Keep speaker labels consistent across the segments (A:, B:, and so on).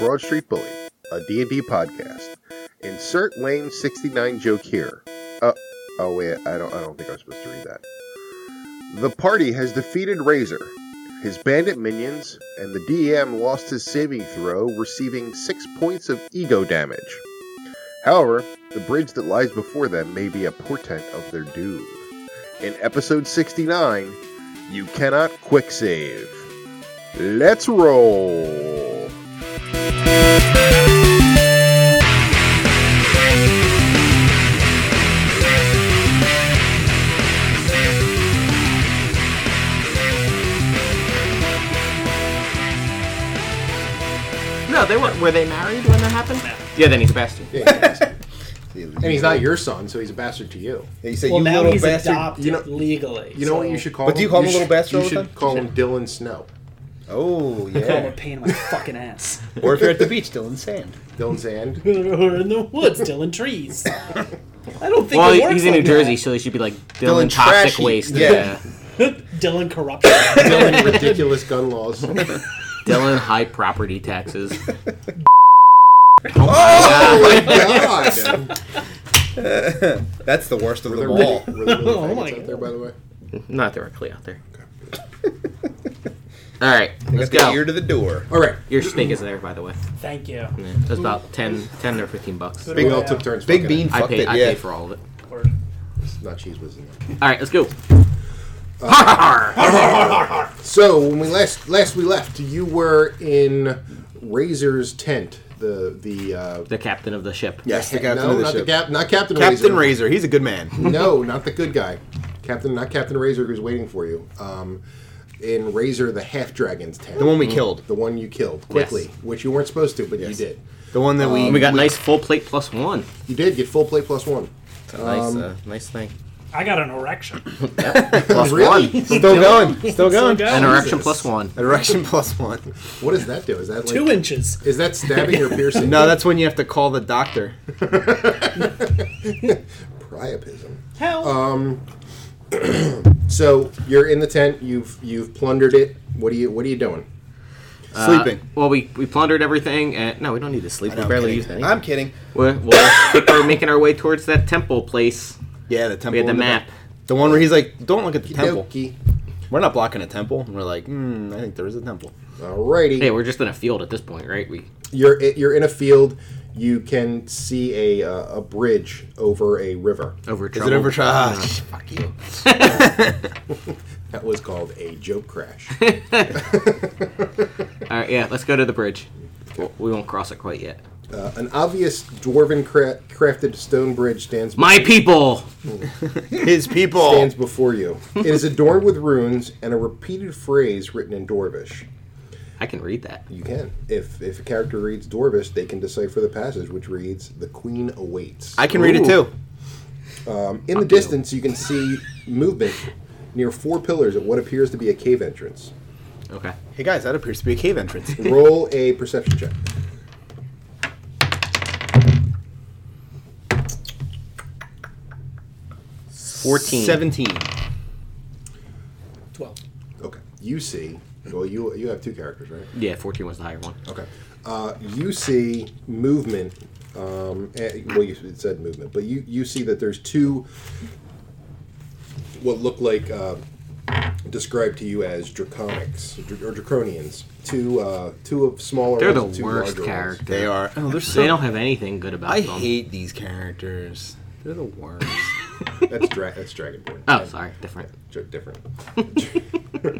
A: Broad Street Bully, a D&D podcast. Insert lame 69 joke here. Uh, oh wait, I don't I don't think I'm supposed to read that. The party has defeated Razor, his bandit minions, and the DM lost his saving throw, receiving 6 points of ego damage. However, the bridge that lies before them may be a portent of their doom. In episode 69, you cannot quick save. Let's roll.
B: No, they weren't. Were they married when that happened? Yeah, then he's a bastard.
C: And he's not your son, so he's a bastard to you.
D: Yeah, you say
E: Well,
D: you
E: now
D: little
E: he's
D: bastard.
E: adopted
C: You know-
E: legally.
C: You know
E: so
C: what you should call him?
D: But do you call him a little
C: should-
D: bastard all
C: You
D: the
C: should
D: time?
C: call him Dylan Snow.
D: Oh
E: I'm a
D: yeah.
E: pain in my fucking ass.
D: or if you're at the beach, still in sand.
C: Dylan Sand.
E: or in the woods, still in trees. I don't think
B: Well,
E: it works
B: he's in New
E: like
B: Jersey, so he should be like Dylan,
D: Dylan
B: Toxic
D: Trashy.
B: Waste.
D: Yeah.
E: that. Dylan corruption.
C: Dylan ridiculous gun laws. Dylan
B: Dylan High Property Taxes.
C: God.
D: That's the worst of them
C: Were
D: all.
C: there really faggots
E: Oh, my
C: out there, by the way?
D: Oh,
B: Not directly out there. All right, let's
D: Got the
B: go.
D: ear to the door.
C: All right.
B: Your steak is there, by the way.
E: Thank you.
B: That's about 10, 10 or fifteen bucks.
C: Big L
E: Yeah.
C: took turns.
D: Big
C: fucking
D: bean.
C: it.
B: I
D: Fucked
B: pay.
D: it,
B: I
D: yeah.
B: pay for all of it.
E: Or-
C: Not cheese was in there.
B: All right, let's go.
C: So when we last last we left, you were in Razor's tent. The the uh,
B: The captain of the ship.
D: Yes, the
C: no,
D: captain of the
C: not
D: ship.
C: the cap, not Captain
D: Captain
C: Razor.
D: Razor, he's a good man.
C: no, not the good guy. Captain, not Captain Razor, who's waiting for you. Um, in Razor, the half dragon's tent,
D: The one we killed.
C: the one you killed quickly,
B: Yes.
C: which you weren't supposed to, but you
D: Yes.
C: did.
D: The one that we
B: We got nice full plate plus one.
C: You did get full plate plus one.
B: It's a nice,
D: Um,
B: uh, nice thing.
E: I got an erection.
B: Plus
C: Really?
B: one.
D: still going, still going.
E: Still
B: An
E: going.
B: erection plus one.
D: Erection plus one.
C: What does that do? Is that like,
E: Two inches.
C: Is that stabbing or piercing?
D: No, that's when you have to call the doctor.
C: priapism.
E: Hell.
C: So you're in the tent. You've you've plundered it. What are you What are you doing?
D: Sleeping.
B: Well, we, we plundered everything, and no, we don't need to sleep. We
D: I'm
B: barely
D: kidding.
B: used anything.
D: I'm kidding.
B: We're, we're, we're making our way towards that temple place.
D: Yeah, the temple.
B: We had the
D: in
B: map.
D: back. The one where he's like, "Don't look at the temple."
C: Okey-dokey.
D: We're not blocking a temple. And we're like, "Hmm, I think there is a temple."
C: Alrighty.
B: Hey, we're just in a field at this point, right? We
C: You're i- you're in a field. You can see a uh, a bridge over a river.
B: over
D: Is
B: trouble.
D: it over? Tra- ah, fuck you.
C: That was called a joke crash.
B: All right, yeah, let's go to the bridge. W- We won't cross it quite yet.
C: uh, an obvious dwarven cra- crafted stone bridge stands
B: My people.
D: His people.
C: stands before you. It is adorned with runes and a repeated phrase written in Dorvish.
B: I can read that.
C: You can, if if a character reads Dorvish, they can decipher the passage, which reads, "The Queen awaits."
D: I can read it
B: Ooh.
D: too.
C: In the distance, you can see movement near four pillars at what appears to be a cave entrance.
B: Okay.
D: Hey guys, that appears to be a cave entrance.
C: Roll a perception check.
B: Fourteen.
D: Seventeen.
E: Twelve.
C: Okay. You see, well, you you have two characters, right?
B: Yeah, fourteen was the higher one.
C: Okay. Uh, you see movement. Um, eh, well, you it said movement, but you, you see that there's two what look like uh, described to you as draconics dr- or draconians. Two uh, two of smaller.
B: They're the
C: ones and two
B: worst
C: larger ones.
B: character.
D: They are. Oh, they're so.
B: They don't have anything good about
D: I
B: them.
D: hate these characters. They're the worst.
C: That's dra- that's dragonborn.
B: Oh, sorry, different.
C: They're different.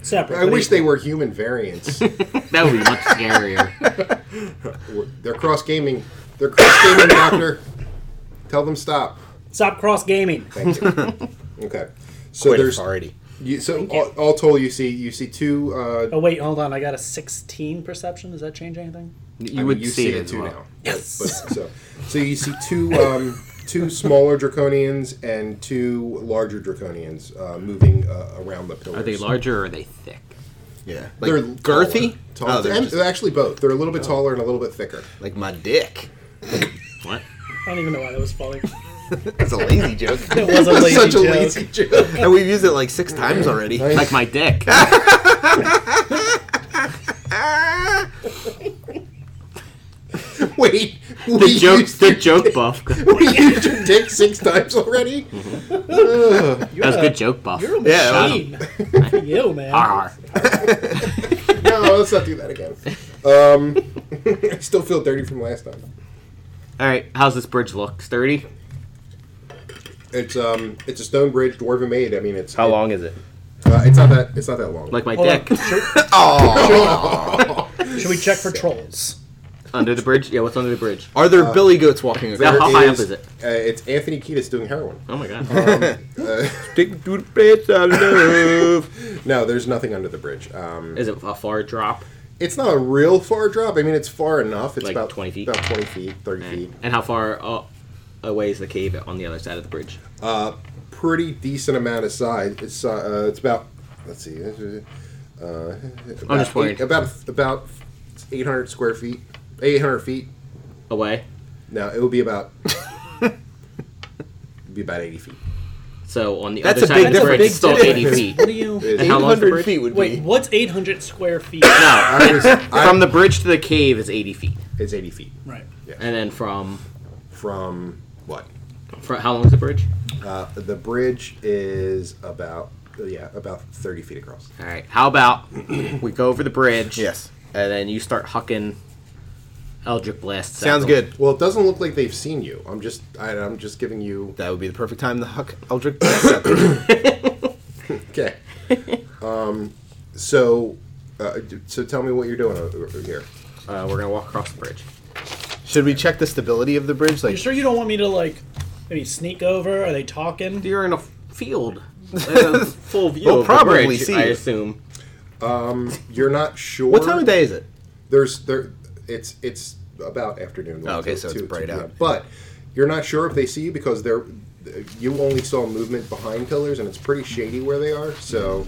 E: Separate.
C: I wish
E: they.
C: they were human variants.
B: That would be much scarier.
C: They're cross gaming. They're cross gaming, doctor. Tell them stop.
E: Stop cross gaming.
C: Thank you. Okay. So
D: Quite
C: there's
D: authority.
C: You, so all, all told, you see you see two. Uh,
E: Oh wait, hold on. I got a 16 perception. Does that change anything?
B: You
C: I mean,
B: would see, it, as
C: too
B: well.
C: now.
E: Yes.
C: But, so so you see two um, two smaller draconians and two larger draconians uh, moving uh, around the pillars.
B: Are they larger or are they thick?
D: Yeah. Like
C: They're Taller,
D: girthy. Oh,
C: taller.
D: they're
C: and
D: just
C: they're actually both. They're a little bit taller and a little bit thicker.
D: like my dick.
B: What?
E: I don't even know why that was funny.
D: That's a lazy joke.
E: It was a lazy
C: Such a
E: joke.
C: lazy joke.
D: and we've used it like six times already.
B: Like my dick.
C: Wait,
B: The
C: we
B: joke,
C: used
B: the
C: your
B: joke
C: dick-
B: buff.
C: We used your dick six times already. Ugh.
E: You're
B: That was
E: a,
B: good
D: Uh,
B: joke buff.
E: You're a
B: Yeah, Ah. I
E: machine. Good for you, man.
B: Arr.
C: no, let's not do that again. Um, I still feel dirty from last time.
B: All right, how's this bridge look? Sturdy?
C: It's um, it's a stone bridge, dwarven made. I mean, it's
D: How long is it?
C: Uh, it's not that. It's not that long.
B: Like my
E: Hold
B: dick.
E: on. Should, should we check for trolls?
B: under the bridge? Yeah, what's under the bridge?
D: Are there billy goats walking across?
B: Now, how high up is it?
C: Uh, it's Anthony Kiedis doing heroin.
B: Oh my god.
D: Um, Stick to the place I love.
C: No, there's nothing under the bridge. Um,
B: Is it a far drop?
C: it's not a real far drop. I mean, it's far enough. It's
B: Like
C: about
B: 20 feet? Eh.
C: About twenty feet, thirty feet.
B: And how far uh, away is the cave on the other side of the bridge?
C: Pretty decent amount of size. It's uh, uh, it's about. Let's see. Uh, about
B: I'm just worried.
C: eight, about about eight hundred square feet. Eight hundred feet.
B: Away.
C: No, it would be about. it'd be about eighty feet.
B: So on the
D: That's
B: other
D: a
B: side
D: big
B: of the bridge, it's
D: difference.
B: still
D: That's a
B: 80
D: big
B: feet.
E: What do you?
B: And how long's the
D: 800
B: bridge?
D: feet would
E: Wait,
D: be.
E: what's 800 square feet?
B: No.
C: I was, I-
B: From the bridge to the cave is 80 feet.
C: it's eighty feet
E: Right.
B: And then from,
C: from what?
B: from how long is the bridge?
C: Uh, the bridge is about yeah about 30 feet across
B: All right. How about we go over the bridge?
D: Yes.
B: And then you start hucking Eldritch blasts. at
D: Sounds
B: them.
D: good.
C: well it doesn't look like they've seen you i'm just I, i'm just giving you
D: That would be the perfect time to huck Eldrick. That's
C: okay um so uh, d- so tell me what you're doing over here
B: Uh, we're gonna walk across the bridge.
D: Should we check the stability of the bridge?
E: You
D: Like,
E: sure you don't want me to, like, maybe sneak over? Are they talking?
B: You're in a field, Uh, full view.
D: We'll
B: of the
D: probably
B: bridge,
D: see
B: I
D: you.
B: assume.
C: you're not sure
D: what time of day is it?
C: there's there it's it's about afternoon like,
D: Oh, okay,
C: two-
D: so it's
C: two-
D: bright
C: two- yeah.
D: out.
C: but you're not sure if they see you because they're you only saw movement behind pillars and it's pretty shady where they are so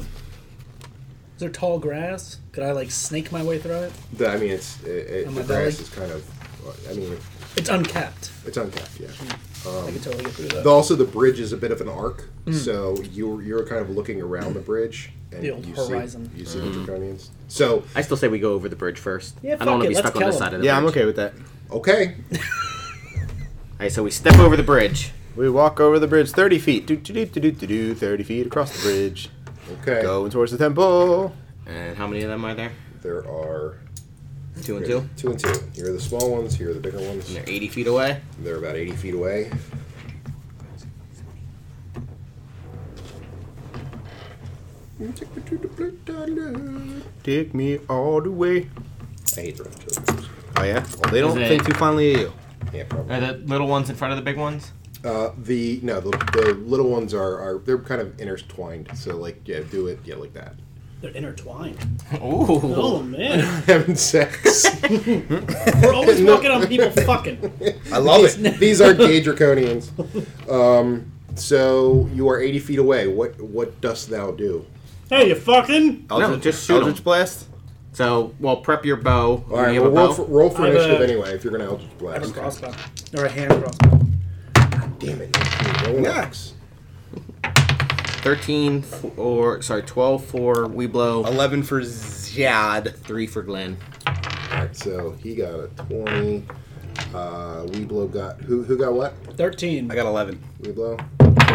E: Is there tall grass? Could I, like, snake my way through it?
C: the- i mean it's it, it,
E: On
C: the
E: my
C: grass
E: belly?
C: is kind of i mean
E: It's uncapped.
C: it's uncapped yeah
E: I can totally get through
C: Though
E: that.
C: Also, the bridge is a bit of an arc, so you're you're kind of looking around the bridge and
E: The old
C: you
E: horizon.
C: See, you see the draconians. So
B: I still say we go over the bridge first.
E: Yeah,
B: I don't
E: fuck
B: want to
E: it,
B: be
E: let's
B: stuck on
E: kill
B: this
E: him.
B: side of the
D: Yeah,
B: bridge.
D: I'm okay with that.
C: okay,
B: All right, so we step over the bridge.
D: We walk over the bridge 30 feet. Do, do, do, do, do, do, do, 30 feet across the bridge.
C: okay.
D: Going towards the temple.
B: And how many of them are there?
C: There are
B: Two and two.
C: two and two. Here are the small ones. Here are the bigger ones.
B: And they're 80 feet away.
C: They're about eighty feet away.
D: Take me all the way.
C: I hate rough children.
D: Oh, yeah? Well, they don't
B: Is it-
D: think too fondly of you.
C: Yeah, probably.
B: Are the little ones in front of the big ones?
C: Uh, the no, the, the little ones are, are they're kind of intertwined. So like, yeah, do it, yeah, like that.
E: They're intertwined.
B: Ooh.
E: Oh, man.
C: Having sex.
E: We're always walking on people fucking.
C: I love it. These are gay draconians. Um, so you are 80 feet away. What what dost thou do?
E: Hey, you fucking.
B: No, just shoot 'em.
D: Eldritch Blast?
B: So, well, prep your bow.
C: All right,
B: You
C: well,
B: have a
C: roll
B: bow?
C: for, roll for
E: I have
C: initiative
E: a-
C: anyway if you're going to Eldritch
E: I have
C: Blast.
E: a crossbow. Or a hand crossbow.
C: Damn it. Roll axe.
B: 13 for, sorry, 12 for Weeblow,
D: 11 for Ziad.
B: 3 for Glenn.
C: All right, so he got a 20. Uh, Weeblow got. Who who got what?
E: 13.
D: I got 11.
C: Weeblow?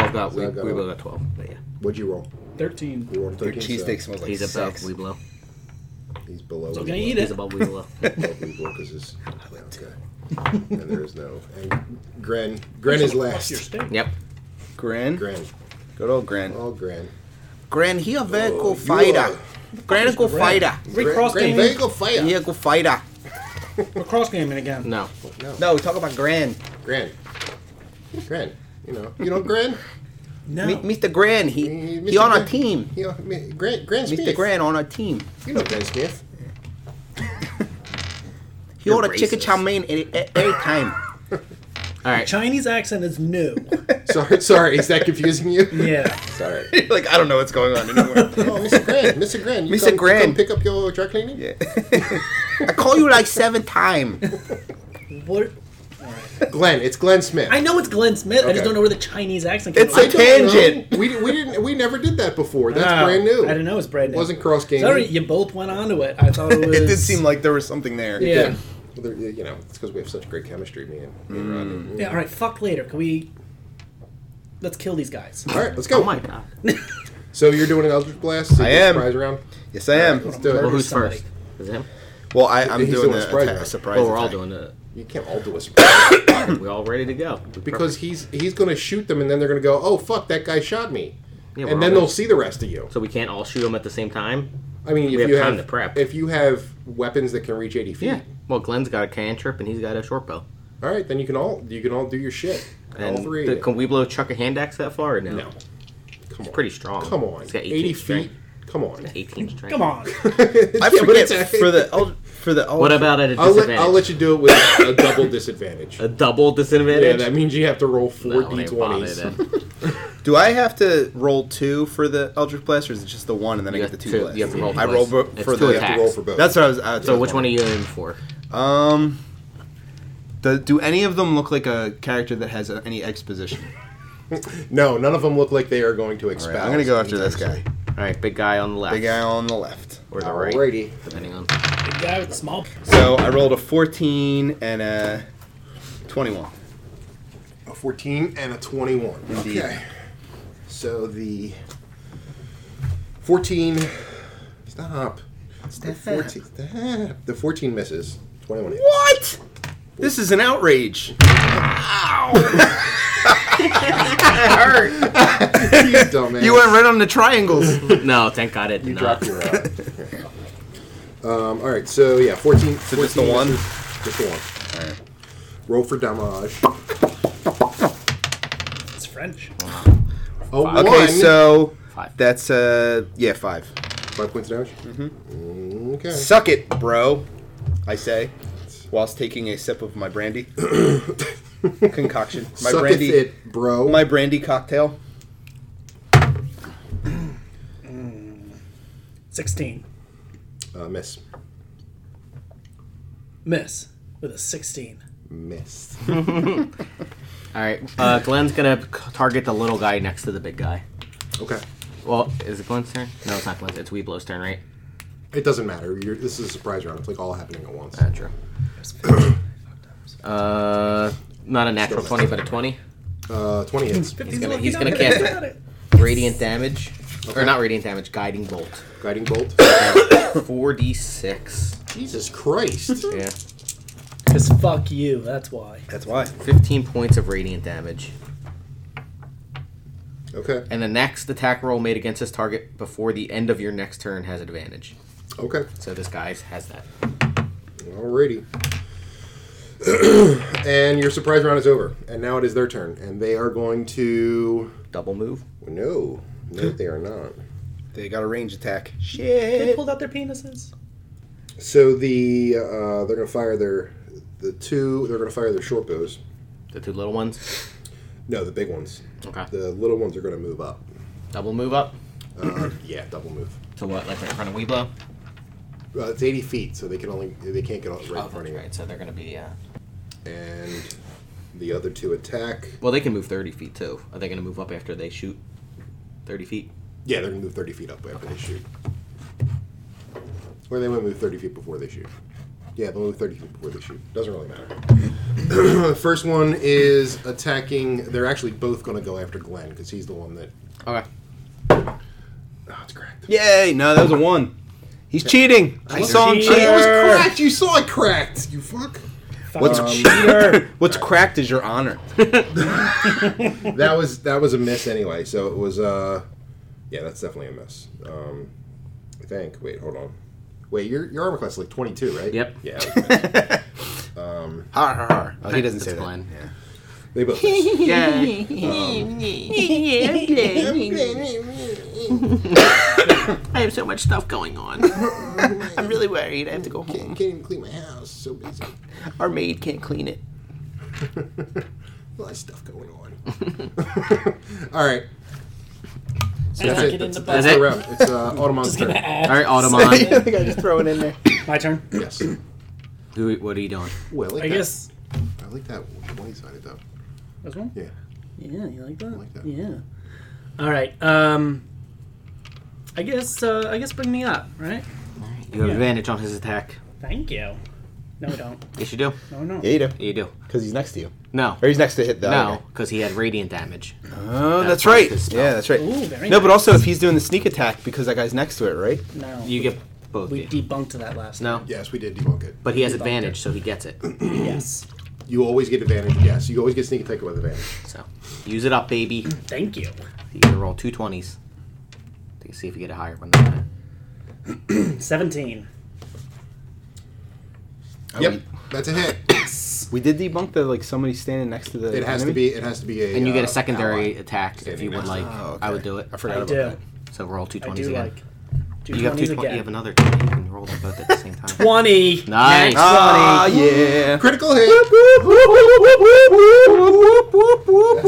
B: 12 got, we,
C: I got
B: Weeblow
C: a-
B: got 12. But yeah,
C: 'What'd you roll?
E: 13.
C: You rolled a
D: Your
C: 13. so
D: cheesesteak smells like
B: he's above
D: sex.
B: Weeblow.
C: He's below.
E: So
C: Weeblow.
E: can I eat
B: He's
E: it?
B: above Weeblow.
C: Above Weeblow 'cause it's. Okay. and there is no. And Gren. Gren is
E: Fuck your
C: last.
E: steak.
B: yep.
D: Gran.
C: Gren.
D: Good old Gran.
C: Oh, Gren.
D: Gran, he a
C: Oh, you
D: vehicle fighter.
C: are-
D: Gran, go fighter.
E: We're cross
C: Gren,
E: gaming.
C: Bagel fire.
D: He a go fighter.
E: We're cross gaming again.
B: No.
D: No, talk about Gran.
C: Gran. Gran. You know, you know Gran?
E: No.
D: Mi- Mr. Gran, he,
C: Eh,
D: he
C: Mr.
D: on our
C: Gran.
D: team.
C: You know, I mean, Gran, Gran Smith.
D: Mr. Gran on our team.
C: You know Gran Smith.
D: He
B: You're
D: order chicken
B: racist.
D: chow mein any, every time.
B: All right.
E: Chinese accent is new.
C: Sorry, sorry, is that confusing you?
E: yeah.
C: Sorry.
D: like I don't know what's going on anymore.
C: Oh, Mr. Gran, Mr. Gran, you
D: Mr.
C: Come, you
D: Gran.
C: come pick up your dry cleaning?
D: I call you like seven times.
E: What?
C: Glenn, it's Glenn Smith.
E: I know it's Glenn Smith. I
C: Okay.
E: just don't know where the Chinese accent came
D: It's
E: from.
D: a
C: I don't
D: tangent.
C: know. We, we didn't. We never did that before. That's
B: Ah,
E: Wow.
C: brand
E: I
C: new.
E: didn't know it was brand new.
C: Wasn't cross gaming.
E: Sorry, you both went onto it. I thought it was.
D: like there was something there.
E: Yeah.
C: Yeah. they're- you know, it's because we have such great chemistry, me and, me and
D: Mm.
C: Rodney.
E: Yeah, all right, fuck later. Can we. Let's kill these guys.
C: All right, let's go.
B: Oh my god.
C: So you're doing an Eldritch Blast? Secret
D: I am.
C: Surprise round.
D: Yes, I am.
C: Let's do
B: Well,
C: it.
B: who's
E: somebody.
B: first? Is it him?
D: Well, I, I'm
C: He's
D: doing,
C: doing
D: a
C: surprise
D: surprise.
C: round.
D: surprise
B: Well, we're all
D: attack.
B: doing it.
C: You can't all do a surprise
B: We're all ready to go. We
C: because he's he's going to shoot them, and then they're going to go, "Oh fuck, that guy shot me,"
B: Yeah,
C: and
B: we're
C: then
B: all-
C: they'll see the rest of you.
B: So we can't all shoot him at the same time?
C: I mean, if
B: have
C: you
B: time
C: have
B: to prep.
C: if you have weapons that can reach eighty feet,
B: Yeah. Well, Glenn's got a cantrip and he's got a short bow.
C: all right, then you can all you can all do your shit.
B: And
C: all three.
B: the-
C: of you.
B: can we blow chuck a hand axe that far or no?
C: no,
B: It's pretty strong.
C: come on,
B: It's got 18
C: eighty feet.
B: strength.
C: Come on.
B: 18 strength.
E: Come on.
D: I
C: Yeah, but
D: forget
C: it's-
D: for the Eld- for the Eld-
B: What about at a
C: I'll
B: disadvantage?
C: let, I'll let you do it with a double disadvantage.
B: A double
C: yeah,
B: disadvantage?
C: that means you have to roll four
B: No, they
C: d20s.
D: uh.
B: bother then.
D: Do I have to roll two for the Eldritch Blast, or is it just the one and then I
B: You
D: get the
B: have
D: two,
B: to-
D: blasts?
B: you have to roll
D: I roll
B: twice.
D: bo-
B: It's
D: for
B: two
D: the.
C: You have
B: attacks.
C: to roll for both.
D: That's what I was. Uh,
B: So which one are you aiming for?
D: Um, do, do any of them look like a character that has uh any exposition?
C: no, none of them look like they are going to
D: All
C: expel.
D: right, I'm gonna go after this guy,
B: All right, big guy on the left.
D: the guy on the left.
B: Or the right,
C: Alrighty.
B: depending on.
E: Big guy with the small.
D: So I rolled a 14 and a 21.
C: A 14 and a 21. Okay. So the 14. Stop. The 14, stop. the 14 misses. 21 hits.
D: What? This is an outrage.
C: You dumbass.
D: You went right on the triangles.
B: No, thank God it did
C: You
B: not.
C: dropped your. Uh, um, all right, so yeah, 14.
D: So just the one?
C: misses. Just the one. Roll for damage.
E: It's French.
C: Oh,
B: Five.
D: Okay,
C: one.
D: so
B: Five.
D: that's uh yeah five.
C: Five points of damage? Mm-hmm. Okay.
D: Suck it, bro. I say, whilst taking a sip of my brandy concoction. My
C: Suck
D: brandy,
C: it, it, bro.
D: my brandy cocktail.
E: 16.
C: uh, miss.
E: Miss with a 16.
C: Miss.
B: All right, uh, Glenn's gonna c- target the little guy next to the big guy.
C: okay.
B: Well, is it Glenn's turn? No, it's not Glenn's. It's Weeblow's turn, right?
C: It doesn't matter. You're, this is a surprise round. It's like all happening at once.
B: That's true. Uh, not a natural twenty, but a twenty.
C: Uh, 20 hits.
E: He's
B: gonna- he's gonna cast it. Radiant damage, or not radiant damage? Guiding bolt.
C: Guiding bolt.
B: Four d six.
C: Jesus Christ.
B: Yeah.
E: Because fuck you, that's why.
D: That's why.
B: Fifteen points of radiant damage.
C: Okay.
B: And the next attack roll made against this target before the end of your next turn has advantage.
C: Okay.
B: So this guy has that.
C: Alrighty. and your surprise round is over. And now it is their turn. And they are going to.
B: Double move.
C: No. No, they are not.
D: They got a range attack.
E: They
D: Shit.
E: pulled out their penises.
C: So the. Uh, they're going to fire their. The two. They're going to fire their short bows.
B: The two little ones.
C: No, the big ones.
B: Okay.
C: The little ones are going to move up.
B: Double move up.
C: Uh, yeah, double move.
B: To what? Like right in front of Weeblow?
C: Uh, it's 80 feet, so they can only they can't get right
B: Oh,
C: in front
B: that's
C: of you.
B: right. So they're going to be. Uh...
C: And the other two attack.
B: Well, they can move 30 feet too. Are they going to move up after they shoot 30 feet?
C: Yeah, they're gonna move 30 feet up after they shoot. Or they might move 30 feet before they shoot. Yeah, they'll move 30 feet before they shoot. Doesn't really matter. the first one is attacking. They're actually both gonna go after Glenn because he's the one that.
B: Okay.
C: Oh, it's cracked.
D: Yay! No, that was a one. He's cheating. I saw him
E: cheating.
D: cheat.
C: It was cracked. You saw it cracked. You fuck.
D: What's cheater? What's cracked is your honor.
C: That was that was a miss anyway. So it was. uh Yeah, that's definitely a miss. Um, I think. Wait, hold on. Wait, your your armor class is like 22, right?
B: Yep.
C: Yeah. it was a miss.
D: Har har har. Oh, he doesn't
B: That's
D: say that.
B: Glenn.
D: Yeah.
C: they both. missed.
B: Yeah. I have so much stuff going on. I'm really worried. I have to go home.
C: can't even clean my house. So busy.
B: Our maid can't clean it.
C: A lot of stuff going on. All right. So that's
E: I
C: it.
E: get in
C: That's,
E: the
C: that's
B: bucket.
C: the round. It's uh, Automon's
E: Gonna
C: turn.
B: All
E: add
B: right, Audemon.
D: think I just throw it in there.
E: my turn.
C: Yes.
B: Who, what are you doing?
C: Well, I like
E: I
C: that.
E: guess.
C: I like that twenty-sided though.
E: That's one?
C: Yeah.
E: Yeah, you like that?
C: like that.
E: Yeah. All right. Um. I guess. Uh, I guess bring me up, right?
B: You have advantage on his attack.
E: Thank you. No, I don't.
B: Yes, you do.
E: No, no.
D: Yeah, you do.
B: You do.
D: Because he's next to you. Oh,
B: No.
D: Or he's next to hit the
B: No, because he had radiant damage.
D: Oh,
B: That's
D: that's
B: part of
D: right.
B: his spell.
D: Yeah, that's right.
E: Ooh, very
D: No, but
E: nice.
D: also if he's doing the sneak attack because that guy's next to it, right?
E: No.
B: You get both.
E: we
B: yeah.
E: debunked that last
B: no,
C: Yes, we did debunk it.
B: but he has advantage, so he gets it.
E: time. Yes.
C: You always get advantage. Yes, you always get sneak attack with advantage.
B: So use it up, baby.
E: Thank you.
B: You gotta roll two twenties. See if you get a higher one than that.
E: 17.
C: Yep, that's a hit.
D: We did debunk that like somebody's standing next to the.
C: It has to
D: enemy?
C: be. It has to be a.
B: And you get a
C: uh,
B: secondary
C: ally.
B: attack if
C: Standing
B: you would
C: next
B: like.
C: to-
D: Oh, okay.
B: I would do it.
D: I forgot
E: I
D: about
E: do.
D: that.
B: So roll two
E: I
B: twenties
E: do
B: again.
E: like. Two
B: you have two
E: 20s
B: twen- You
E: again.
B: have another. 20. You can roll them both at the same time.
E: 20.
B: Nice.
D: Ah, yeah.
C: critical hit. That's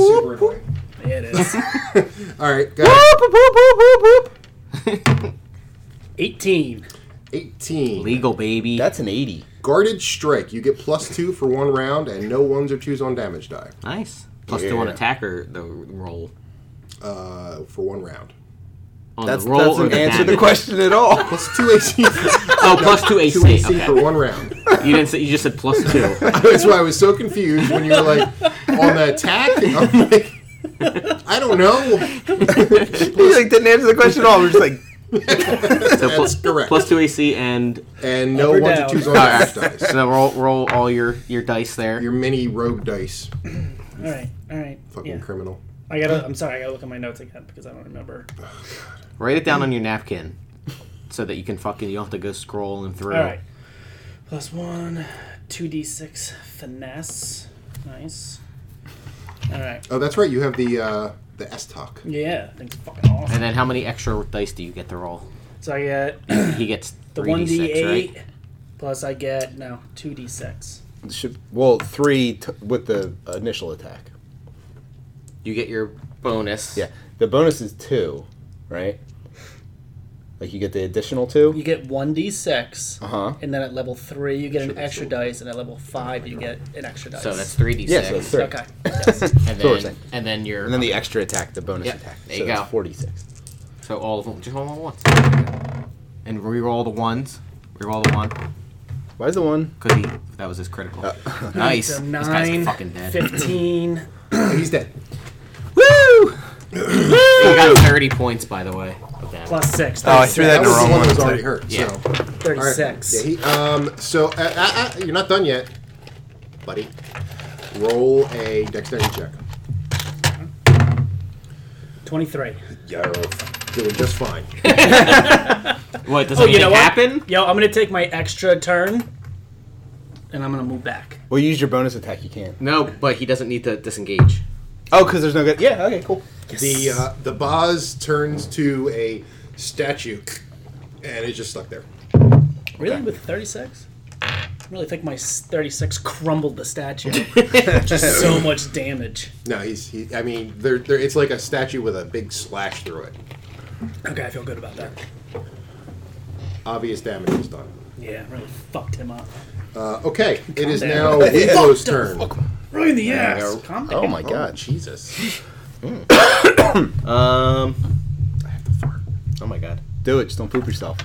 C: super annoying.
E: It is.
C: All right, guys.
E: 18.
C: 18.
B: Legal, baby.
D: That's an 80.
C: Guarded strike. You get plus two for one round, and no ones or twos on damage die.
B: nice. Plus two on
C: Yeah.
B: attacker the roll.
C: Uh, for one round.
B: On
D: That's,
B: the roll
D: that's
B: or
D: an
B: the
D: answer to the
B: damage.
D: question at all.
C: Plus two AC.
B: Oh, plus two AC.
C: two AC
B: okay.
C: for one round.
B: You didn't say. You just said plus two.
C: That's why I was so confused when you were like on the attack. I'm like, I don't know.
D: He like didn't answer the question at all. We're just like,
B: So plus,
C: correct.
B: plus two AC and
C: And no
E: Up or
C: ones or
E: down?
C: twos on damage dice.
B: so roll roll all your your dice there.
C: Your mini rogue dice.
E: All right. All right.
C: Fucking
E: Yeah.
C: criminal.
E: I gotta. I'm sorry. I gotta look at my notes again because I don't remember.
B: Write it down
E: Mm.
B: on your napkin, so that you can fucking you don't have to go scrolling through.
E: All right. Plus one, two d six finesse. Nice. All right.
C: Oh, that's right. You have the uh, the S talk.
E: Yeah. Things fucking awesome.
B: And then how many extra dice do you get to roll?
E: So I get
B: He gets
E: the
B: three
E: one
B: d
E: d
B: six,
E: eight.
B: right?
E: Plus I get no two d six.
D: should, well, three t- with the initial attack.
B: You get your bonus.
D: Yeah. The bonus is two, right? Like you get the additional two?
E: You get one d six.
D: Uh huh.
E: And then at level three you get an
C: Sure,
E: extra
C: sure.
E: dice, and at level five you get an extra dice.
B: So that's three d
D: Yeah, so that's
B: six.
D: three.
E: Okay.
B: And
D: So we're
B: then
D: saying.
B: and then your
D: And then the extra attack, the bonus
B: Yeah,
D: attack.
B: there
D: so
B: you go.
D: That's 46.
B: so all of them just roll them once. And re-roll the ones. Re-roll the one.
D: Why is the one?
B: Cause he that was his critical. nice.
E: So
B: this guy's
E: Uh, nine,
B: fucking dead.
E: fifteen.
C: He's dead.
D: Woo!
B: He got thirty points by the way. of damage.
E: plus six.
D: Oh, I threw
C: That
D: that in
C: was
D: the
C: the
D: wrong
C: one that
D: one.
C: was already hurt.
B: Yeah.
C: So. All right.
E: Thirty-six.
C: Yeah, he- um, so uh, uh, uh, you're not done yet, buddy. Roll a dexterity check.
E: Twenty-three.
C: You're doing just fine.
B: What does
E: Oh, you
B: anything
E: know what?
B: happen?
E: Yo, I'm gonna take my extra turn, and I'm gonna move back.
D: Well, use your bonus attack. You can.
B: No, but he doesn't need to disengage.
D: Oh, because there's no good. Yeah. Okay. Cool.
C: The uh, the Boz turns to a statue, and it's just stuck there.
E: Really, with 36? I really think my s- 36 crumbled the statue. Just so much damage.
C: No, he's. He, I mean, there, there. It's like a statue with a big slash through it.
E: Okay, I feel good about that.
C: Obvious damage is done.
E: Yeah, really fucked him up.
C: Uh, okay, it is
E: down.
C: now Weebo's turn.
E: Right in the ass. Calm down.
D: Oh my god.
C: Jesus!
B: Um
C: I have to fart.
B: oh my god.
D: Do it. Just don't poop yourself.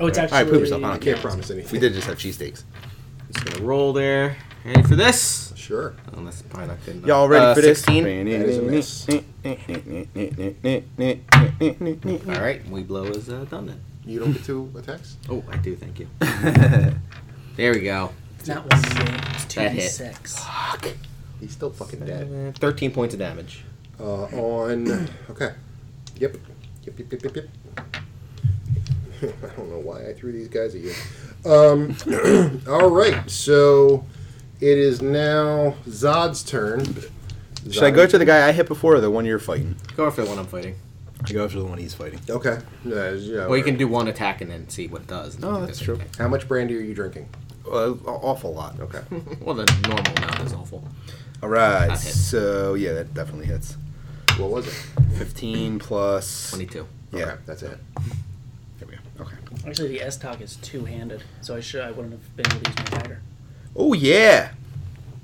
E: Oh, it's actually.
D: All right, poop yourself. I
C: I
D: don't care.
C: can't promise anything.
D: We did just have cheesesteaks.
B: Just gonna roll there. Ready for this?
C: Sure.
B: Oh, that's probably not good enough.
D: Y'all ready
B: Uh,
D: for this?
B: 16?
C: is a miss.
B: All right, we blow is uh, done then.
C: You don't get two attacks.
B: Oh, I do. Thank you. there we go.
E: It's not one d8, it's
B: That hit.
E: 2d6.
C: He's still fucking dead.
B: Uh, Thirteen points of damage.
C: Uh, on okay. Yep. Yep. Yep. Yep. Yep. yep. I don't know why I threw these guys at you. Um, all right, so it is now Zod's turn.
D: Should I go to the guy I hit before or the one you're fighting?
B: Go after the one I'm fighting.
D: I go after the one he's fighting.
C: Okay. Uh, Yeah, yeah,
B: Well, you can do one attack and then see what it does.
D: Oh, that's true.
C: How much brandy are you drinking?
D: Uh, a- awful lot.
C: Okay.
B: Well, the normal amount is awful.
D: All right.
B: That hits.
D: So yeah, that definitely hits.
C: What was it?
D: 15 plus.
B: Twenty-two.
D: Yeah.
C: Okay, that's it.
D: There we go. Okay.
E: Actually, the S talk is two handed, so I should I wouldn't have been able to use my dagger.
D: Oh yeah.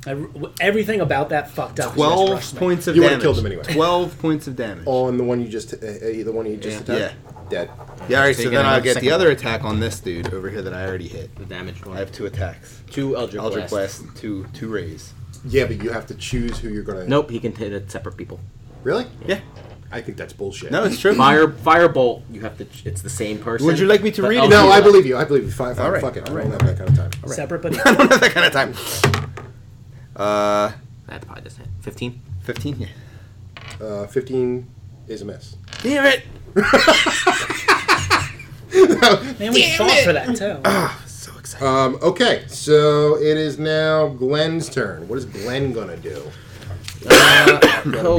E: I r w everything about that fucked up.
D: 12 points of
C: You would've
D: damage.
C: killed him anyway. Oh.
D: 12 points of damage.
C: On the one you just, uh, uh, the one you just
D: Yeah.
C: attacked. Dead.
D: Yeah, all right.
B: So
D: So,
B: you
D: then
B: get
D: I'll
B: another
D: get the
B: second
D: other
B: one.
D: attack on this dude over here that I already hit.
B: The damage one.
D: I have two attacks.
B: two Eldritch,
D: Eldritch
B: Blast.
D: Blast, two two rays.
C: Yeah, but you have to choose who you're gonna.
B: Nope, he can hit at separate people.
C: Really?
D: Yeah.
C: I think that's bullshit.
D: No, it's true.
B: Fire Firebolt, you have to. It's the same person.
D: Would you like me to
B: but
D: read it?
B: Eldritch
C: No, I
B: Blast-
C: believe you. I believe you. Fine, fine.
D: All right,
C: Fuck it. I
D: all
C: don't have that kind of time.
E: Separate, but
D: I don't have that kind of time. Uh,
B: That probably doesn't hit. 15?
D: fifteen. Yeah.
C: Uh, Fifteen is a miss.
D: Damn it!
E: man, we fought for that too.
D: So excited.
C: Um, okay, so it is now Glenn's turn. What is Glenn gonna do?
B: He'll,
C: be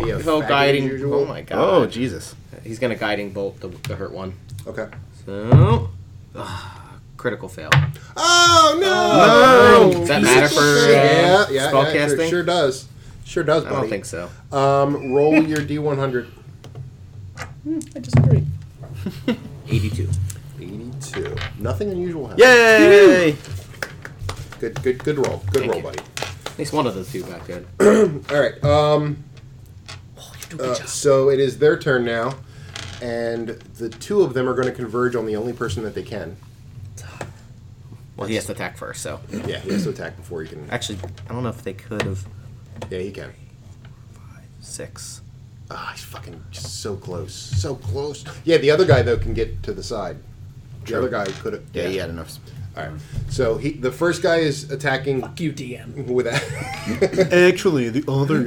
C: a
B: he'll
C: faggot
B: guiding.
C: as usual.
B: Oh my god.
D: Oh Jesus!
B: He's gonna guiding bolt the, the hurt one.
C: Okay.
B: So. ah, critical fail.
C: Oh no! Oh.
B: Does that matter for
C: yeah, yeah,
B: uh,
C: yeah,
B: spell
C: yeah, sure,
B: casting?
C: sure does. Sure does,
B: I
C: buddy.
B: don't think so.
C: Um, roll your d100.
E: I just agree.
B: 82.
C: 82. Nothing unusual happened.
D: Yay!
C: Good, good, good roll. Good
B: Thank
C: roll,
B: you.
C: buddy.
B: At least one of those two got good.
C: All right. Um,
E: Oh, you do a
C: uh,
E: good job.
C: so it is their turn now, and the two of them are going to converge on the only person that they can.
B: Well, he has to attack first, so.
C: Yeah, he has to attack before he can.
B: Actually, I don't know if they could have.
C: Yeah, he can.
B: Six.
C: Ah, he's fucking just so close, so close. Yeah, the other guy though can get to the side. The other guy could have.
D: Yeah, he had enough.
C: All right. So he, the first guy is attacking
E: Fuck you, DM.
C: with that.
D: Actually, the other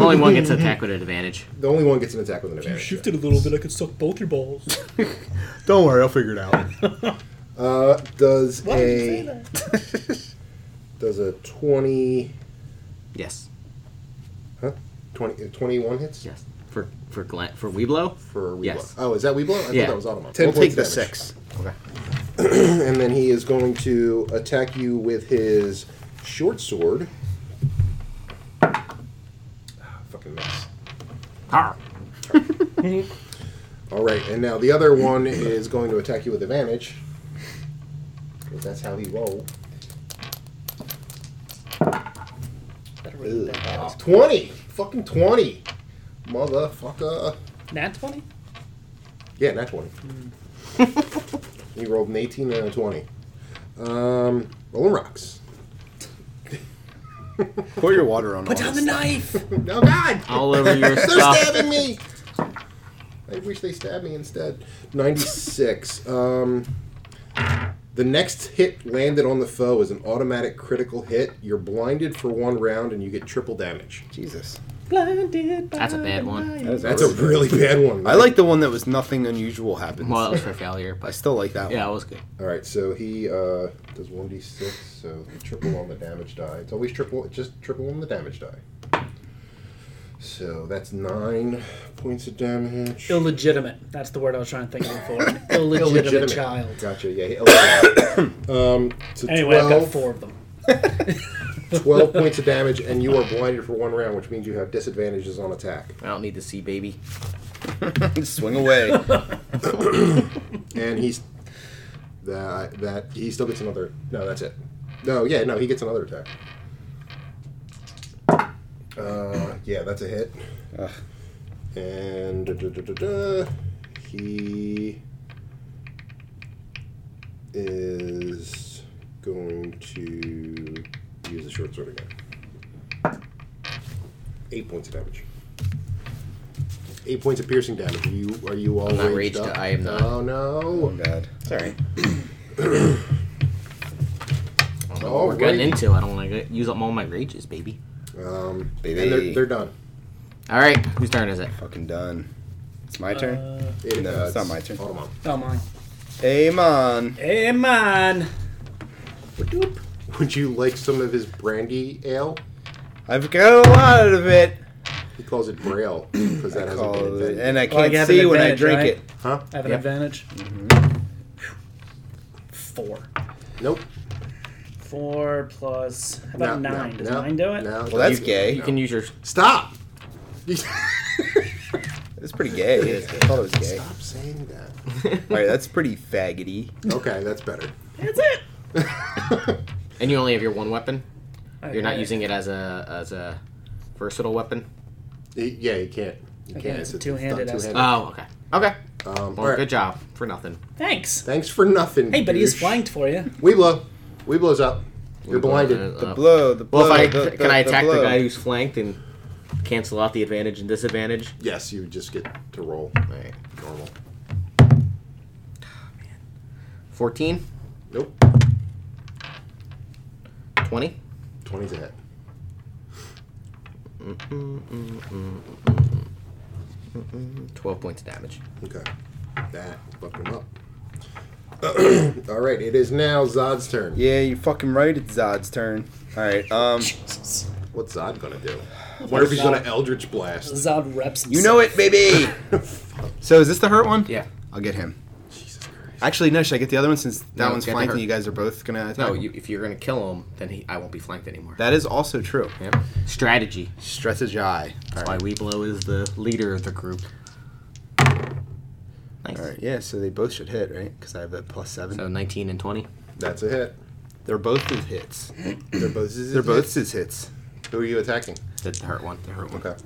B: Only one gets to attack with an advantage.
C: The only one gets an attack with an advantage.
E: a little bit. I could suck both your balls.
D: Don't worry, I'll figure it out.
C: Uh, does
E: Why did you say
C: a
E: that?
C: does a 20,
B: Yes.
C: 20 uh, 21 hits
B: Yes. For for Glenn, for Weeblo?
C: for Weeblow?
B: Yes.
C: Oh, is that Weeblow? I
B: Yeah.
C: thought that was Automa.
D: We'll take the
C: damage.
D: six. Okay.
C: and then he is going to attack you with his short sword. Ah, Fucking mess.
B: Arr.
C: All right, and now the other one is going to attack you with advantage. 'cause That's how he rolled.
E: Better read
C: Ugh.
E: that. That was-
C: Twenty, fucking twenty, motherfucker.
E: Nat 20?
C: Yeah, not twenty. he rolled an eighteen and a twenty. Um, rolling rocks.
D: Pour your water on.
E: Put
D: all
E: down the
D: this.
E: knife!
C: Oh God!
B: All over your
C: They're
B: stuff.
C: stabbing me. I wish they stabbed me instead. Ninety-six. Um, the next hit landed on the foe is an automatic critical hit. You're blinded for one round, and you get triple damage.
D: Jesus.
E: Blinded by
B: That's a bad
E: the
B: one.
E: light.
C: That's a really bad one.
D: I like the one that was nothing unusual happens.
B: Well, that was for failure,
D: I
B: but
D: still like that
B: yeah,
D: one.
B: it was good.
C: All right, so he uh, does one d six, so triple on the damage die. It's always triple, just triple on the damage die. So that's nine points of damage.
E: Illegitimate. That's the word I was trying to think of before. Illegitimate, child.
C: Gotcha. Yeah. Illegitimate. um. So
E: Anyway,
C: 12,
E: I've got four of them.
C: 12 points of damage, and you are blinded for one round, which means you have disadvantages on attack.
B: I don't need to see, baby.
D: Swing away. Oh,
C: And he's that that he still gets another. No, that's it. No, yeah, no, he gets another attack. Uh, yeah, that's a hit.
D: Ugh.
C: And da, da, da, da, da, he is going to use the short sword again. Eight points of damage. Eight points of piercing damage. Are you are you all
B: I'm not
C: raged
B: raged
C: up?
B: up. I am not.
C: Oh no!
D: God. Sorry.
B: I
D: Mm-hmm.
B: don't know
C: All
D: Oh,
B: what we're getting
C: right.
B: into. I don't want to use up all my rages, baby.
C: Um, and
D: Baby.
C: they're, they're done.
B: All right, whose turn is it?
D: Fucking done. It's my turn.
E: Uh,
C: It,
D: No,
C: uh,
D: it's not my turn.
C: Autumn.
E: oh, mine.
D: Amon.
E: Hey, man!
C: Would you like some of his brandy ale?
D: I've got a lot of it.
C: He calls it braille because that hasn't been
D: Call it-
C: invented.
D: And I
E: Well, I
D: can't
E: have an
D: see when I
E: advantage,
D: drink
E: right?
D: it.
C: Huh?
E: I have an
B: Yep.
E: advantage. Mm-hmm. Four.
C: Nope.
E: Four plus. How about
C: No, no,
E: nine? Does
C: no,
E: nine do it?
C: No.
D: Well, that's
C: You-
D: gay.
B: You can use your.
C: Stop.
D: It's pretty gay. I thought it was gay. All
C: Stop saying that.
D: right, that's pretty faggoty.
C: Okay, that's better.
E: That's it!
B: And you only have your one weapon. You're not
E: Okay.
B: using it as a as a versatile weapon.
C: Y- Yeah, you can't. You
E: Okay,
C: can't.
E: it's a
C: not
D: Ah.
E: two-handed aspect.
B: Oh, okay. Okay.
C: Um,
B: Well,
C: all right.
B: good job for nothing.
E: Thanks.
C: Thanks for nothing.
E: Hey, but he's
C: douche.
E: flanked for you.
C: Weeblo. Weeblo's up. You're
B: Weeblo
C: blinded.
B: is up.
D: Blow the blow.
B: Oh. Well, if I
D: the-
B: can, I attack the,
D: blow.
B: guy who's flanked and cancel out the advantage and disadvantage.
C: Yes, you just get to roll
B: All right,
C: normal.
B: fourteen.
C: Nope.
B: 20.
C: 20's a hit.
B: Mm, 12 points of damage.
C: Okay. That fucked him up. all right. It is now Zod's turn.
D: Yeah, you're fucking right. It's Zod's turn. All right. Um,
E: Jesus.
C: What's Zod gonna do? Wonder if he's gonna Eldritch Blast.
E: Zod reps himself.
D: you know it, baby. so is this the hurt one?
B: Yeah.
D: I'll get him.
C: Jesus Christ.
D: Actually, no. Should I get the other one since that
B: No,
D: one's
B: get the
D: flanked
B: hurt.
D: and you guys are both gonna attack?
B: No, you, if you're going to kill him, then he, I won't be flanked anymore.
D: That is also true.
B: Yep. Strategy.
D: Stresses your eye. All
B: That's
D: right.
B: why Weeblow is the leader of the group. Nice.
D: All right. Yeah. So they both should hit, right? Because I have that plus seven.
B: So 19 and 20.
C: That's a hit.
D: They're both his hits.
C: They're both.
D: They're both his hits.
C: Who are you attacking?
B: The hurt one. The hurt one.
C: Okay.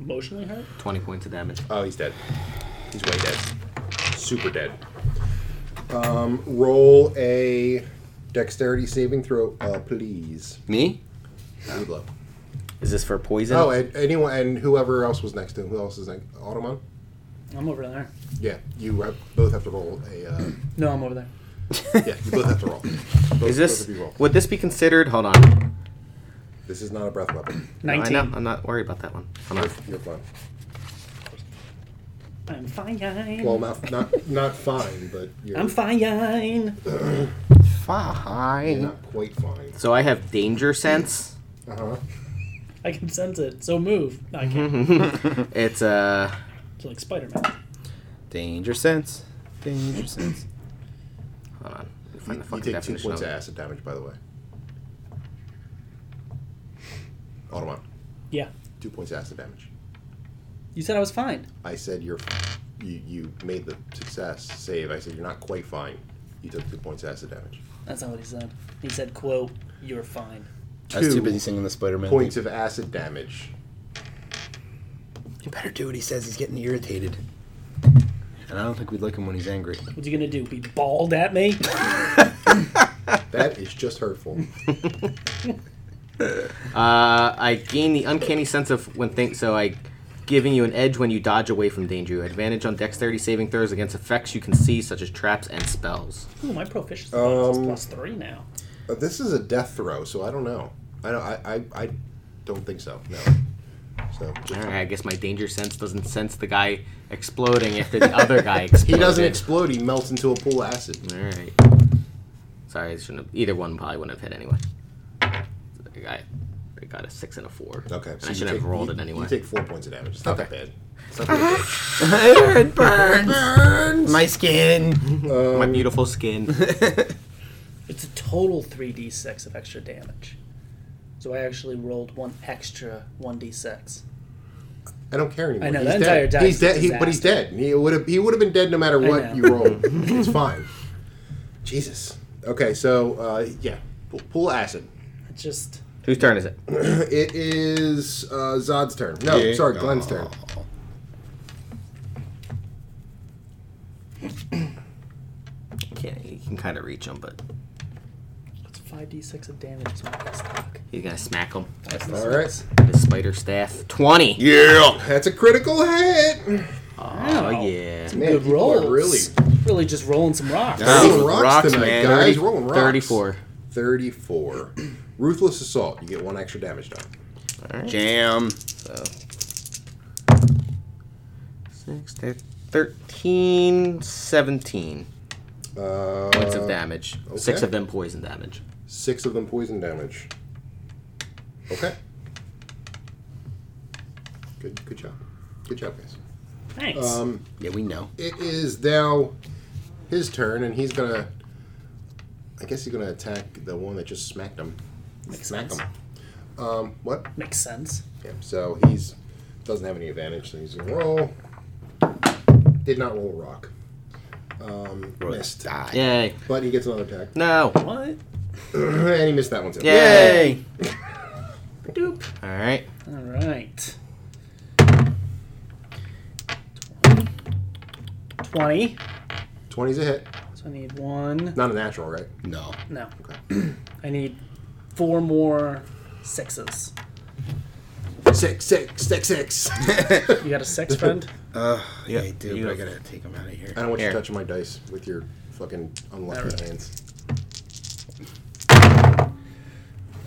E: Emotionally hurt?
B: 20 points of damage.
C: Oh, he's dead. He's way dead. Super dead. Um, roll a dexterity saving throw, uh, please.
B: Me?
C: Weeblo.
B: Is this for poison?
C: Oh, and anyone and whoever else was next to him. Who else is next? Automon.
E: I'm over there.
C: Yeah, you have, both have to roll a. Uh,
E: No, I'm over there.
C: yeah, you both have to roll. Both,
B: is
C: both
B: this.
C: of you roll.
B: Would this be considered. Hold on.
C: This is not a breath weapon.
E: 19.
B: I know. I'm not worried about that one. I'm
C: You're,
B: not.
C: you're fine.
E: I'm fine.
C: Well, not not not fine, but you're,
E: I'm fine.
C: you're
D: Fine.
C: not quite fine.
B: So I have danger sense.
C: Uh huh.
E: I can sense it. So move. No, I can't.
B: It's uh
E: It's like Spider Man.
D: Danger sense. Danger sense.
B: hold on. Let me Find the
C: You
B: fucking
C: take two
B: definition
C: points
B: of
C: of
B: it.
C: acid damage, by the way. Automon,
E: Yeah.
C: two points of acid damage.
E: You said I was fine.
C: I said you're, you you made the success save. I said you're not quite fine. You took two points of acid damage.
E: That's not what he said. He said, quote, you're fine.
D: I was
C: Two
D: too busy singing the Spider-Man.
C: Points of acid damage.
D: You better do what he says. He's getting irritated. And I don't think we'd like him when he's angry.
E: What's he gonna do? Be bald at me?
C: That is just hurtful.
B: Uh, I gain the uncanny sense of when things. So I giving you an edge when you dodge away from danger. You have Advantage on dexterity saving throws against effects you can see, such as traps and spells.
E: Ooh, my proficiency bonus is
C: Um,
E: plus three now.
C: Uh, this is a death throw, so I don't know. I don't. I. I, I don't think so. No. So just-
B: All right, I guess my danger sense doesn't sense the guy exploding after the other guy explodes.
C: he doesn't explode. He melts into a pool of acid.
B: All right. Sorry, I shouldn't have, either one probably wouldn't have hit anyway. I got, I got a six and a four.
C: Okay.
B: And I
C: you
B: should have
C: take-
B: rolled
C: you-
B: it anyway.
C: You take four points of damage. It's not that bad. It's not that
D: it burns. My skin.
B: my beautiful skin.
E: It's a total 3d6 of extra damage. So I actually rolled one extra 1d6.
C: bad. I don't care anymore.
E: I know,
C: he's
E: that
C: dead.
E: entire dice
C: He's
E: is
C: dead. He, but he's
E: disaster.
C: dead. He would have. He would have been dead no matter
E: I
C: what
E: know.
C: you rolled. it's fine. Jesus. Okay. So uh, yeah, pool, pool of acid.
E: It's just.
B: Whose turn is it?
C: It is uh, Zod's turn. No,
D: Yeah.
C: sorry, Glenn's turn.
B: Can't, you can kind of reach him, but
E: It's 5d6 of damage. Is my best stock.
B: he's gonna smack him.
C: All right.
B: with his spider staff. Twenty.
D: Yeah.
C: That's a critical hit.
B: Oh yeah.
C: Man,
E: Good
C: people
E: rolls.
C: are really
E: Really just rolling some rocks.
D: Yeah.
C: rolling
D: Rolling
C: rocks,
D: rocks,
C: tonight,
D: man.
C: guys.
D: 30
C: rolling rocks.
B: Thirty-four.
C: 34. Ruthless assault. You get one extra damage done.
D: Jam.
B: Six, thir- 13, 17
C: Uh,
B: points of damage. Six
C: okay.
B: of them poison damage.
C: Six of them poison damage. Okay. Good. Good job. Good job, guys.
E: Thanks.
C: Um,
D: Yeah, we know.
C: it is now his turn, and he's gonna. I guess he's gonna attack the one that just smacked him.
E: Makes
C: Smack
E: sense.
C: him. Um, what?
E: Makes sense.
C: Yeah, so he's doesn't have any advantage, so he's gonna roll. Did not roll a rock. Um, missed.
D: Die.
B: Yay!
C: But he gets another attack.
B: No.
E: What?
C: and he missed that one too.
B: Yay!
E: Doop.
B: All right.
E: All right. 20.
C: 20's a hit.
E: So I need one.
C: Not a natural, right?
D: No.
E: No. I need four more sixes.
C: Six, six, six, six. I
E: You got a six, friend?
D: Yeah, I do,
B: You
D: but I
B: have-
D: gotta take him out of here.
C: don't want
B: Here.
C: you touching my dice with your fucking unlucky
E: Alright.
C: hands.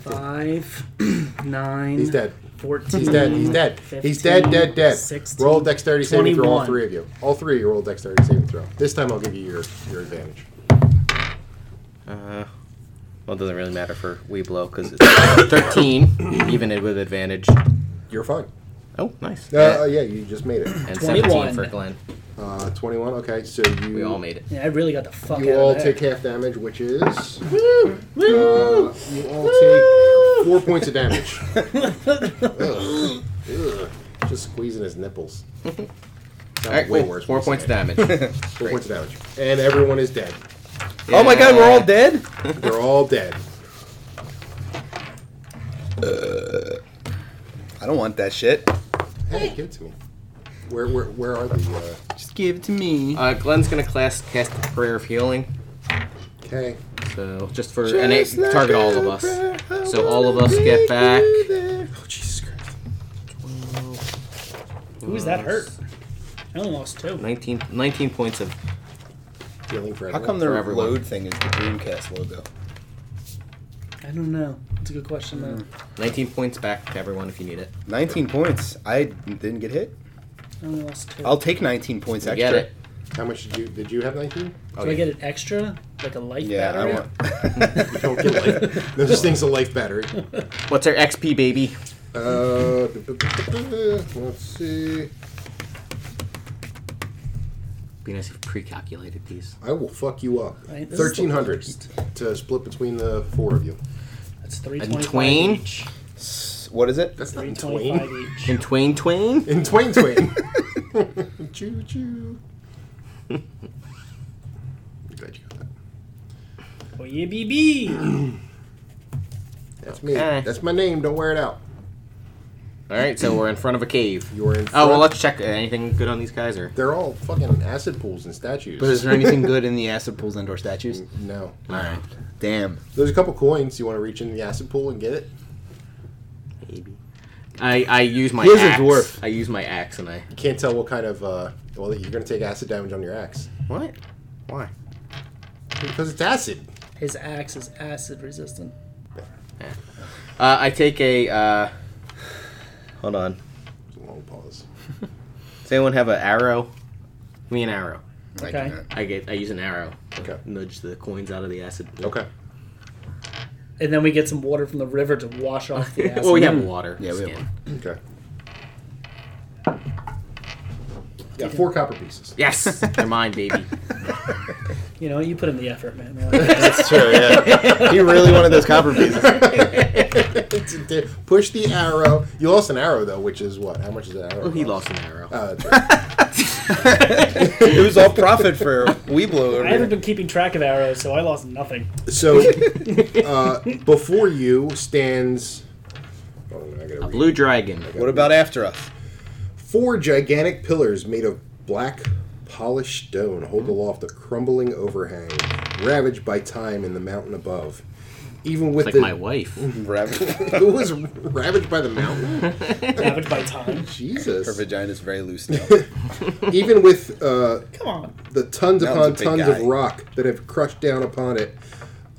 E: Five, nine,
C: He's dead.
E: 14.
C: He's dead. He's dead. He's dead. Dead. Dead.
E: 16,
C: roll a dexterity saving throw. All
E: 21.
C: three of you. All three of you roll a dexterity saving throw. This time I'll give you your your advantage.
B: Uh, well, it doesn't really matter for Weeblow because it's 13, even it with advantage.
C: You're fine.
B: Oh, nice.
C: Uh, uh, yeah, you just made it.
B: and 17
E: 21.
B: for Glenn.
C: Uh, 21. Okay, so you
B: We all made it.
E: Yeah, I really got the fuck
C: You
E: out
C: all
E: of there.
C: take half damage, which is Uh, you all take four points of damage. Ugh. Ugh. Just squeezing his nipples. That
B: All
C: was
B: right,
C: way
B: cool.
C: worse
B: Four
C: when
B: points of
C: you said
B: damage.
C: it. Four points of damage, and everyone is dead.
D: Oh my god, we're all dead?
C: They're all dead.
D: I don't want that shit.
C: Hey, give it to me. Where where where are the? Uh,
D: Just give it to me.
B: Uh, Glenn's gonna class, cast Prayer of Healing,
C: Okay.
B: so just for and it target all of us. So all of us get back.
D: Oh, Jesus Christ.
E: Who's that hurt? I only lost two.
B: 19, 19 points of.
C: Healing for
D: How
C: everyone.
D: come their
B: For everyone.
D: load thing is the Dreamcast logo?
E: I don't know. It's a good question, though.
B: 19 points back to everyone if you need it.
D: 19 points. I didn't get hit.
E: I only lost 2
D: I'll take 19 points
B: You
D: extra.
B: get it.
C: How much did you did you have? Nineteen.
E: Do I get an extra? Like a life
D: Yeah,
E: battery?
D: I want.
C: Don't get life. Those things a life battery.
B: What's our XP, baby?
C: Uh, let's see.
B: Be nice if pre-calculated these.
C: I will fuck you up.
E: Right, this is the
C: Thirteen hundred
E: worst.
C: to split between the four of you.
E: That's
B: In
E: 325
B: twain,
E: each.
D: What is it?
C: That's not in twain.
E: 325 each.
B: in twain, twain.
C: In twain, twain. choo choo. I'm glad you got that.
E: Oh, yeah, BB!
C: That's me.
B: Okay.
C: That's my name. Don't wear it out.
B: All right, so we're in front of a cave.
C: You're in.
B: Oh
C: Front.
B: well, let's check. uh, Anything good on these guys, or
C: They're all fucking acid pools and statues.
D: But is there anything good in the acid pools indoor statues?
C: no.
D: All right. Damn.
C: There's a couple coins. You want to reach in the acid pool and get it?
B: maybe. I I use my
D: He is a
B: axe.
D: dwarf.
B: I use my axe and I
C: You can't tell what kind of. Uh, well, you're gonna take acid damage on your axe
B: what? Why?
C: because it's acid.
E: His axe is acid resistant.
B: Uh, I take a. Uh, hold on.
C: There's a long pause.
B: Does anyone have an arrow? Me an arrow.
E: Okay.
B: I get. I use an arrow. to
C: Okay.
B: Nudge the coins out of the acid. pool.
C: Okay.
E: And then we get some water from the river to wash off the acid.
B: well, we have water.
D: Yeah, we have
B: skin.
D: one.
C: Okay. Yeah, four copper pieces.
B: Yes, they're mine, baby.
E: You know, you put in the effort, man. Like,
D: That's true, yeah. he really wanted those copper pieces.
C: It's a di- Push the arrow. You lost an arrow though, which is what? How much is an arrow?
B: Oh, he
C: cost?
B: lost an arrow.
C: Uh, that's right.
D: it was all profit for Weeblo.
E: I haven't been keeping track of arrows, so I lost nothing.
C: so, uh, before you stands. Hold on, I gotta read.
B: Blue dragon.
D: What about after us?
C: Four gigantic pillars made of black polished stone hold aloft a crumbling overhang, ravaged by time in the mountain above. Even with
B: Like
C: the
B: my wife.
D: Rav-
C: it was ravaged by the mountain.
E: Ravaged by time.
D: Her
C: Jesus.
D: vagina is very loose now.
C: Even with uh,
E: Come on.
C: the tons
D: That was a
C: upon
D: big
C: tons
D: guy.
C: of rock that have crushed down upon it,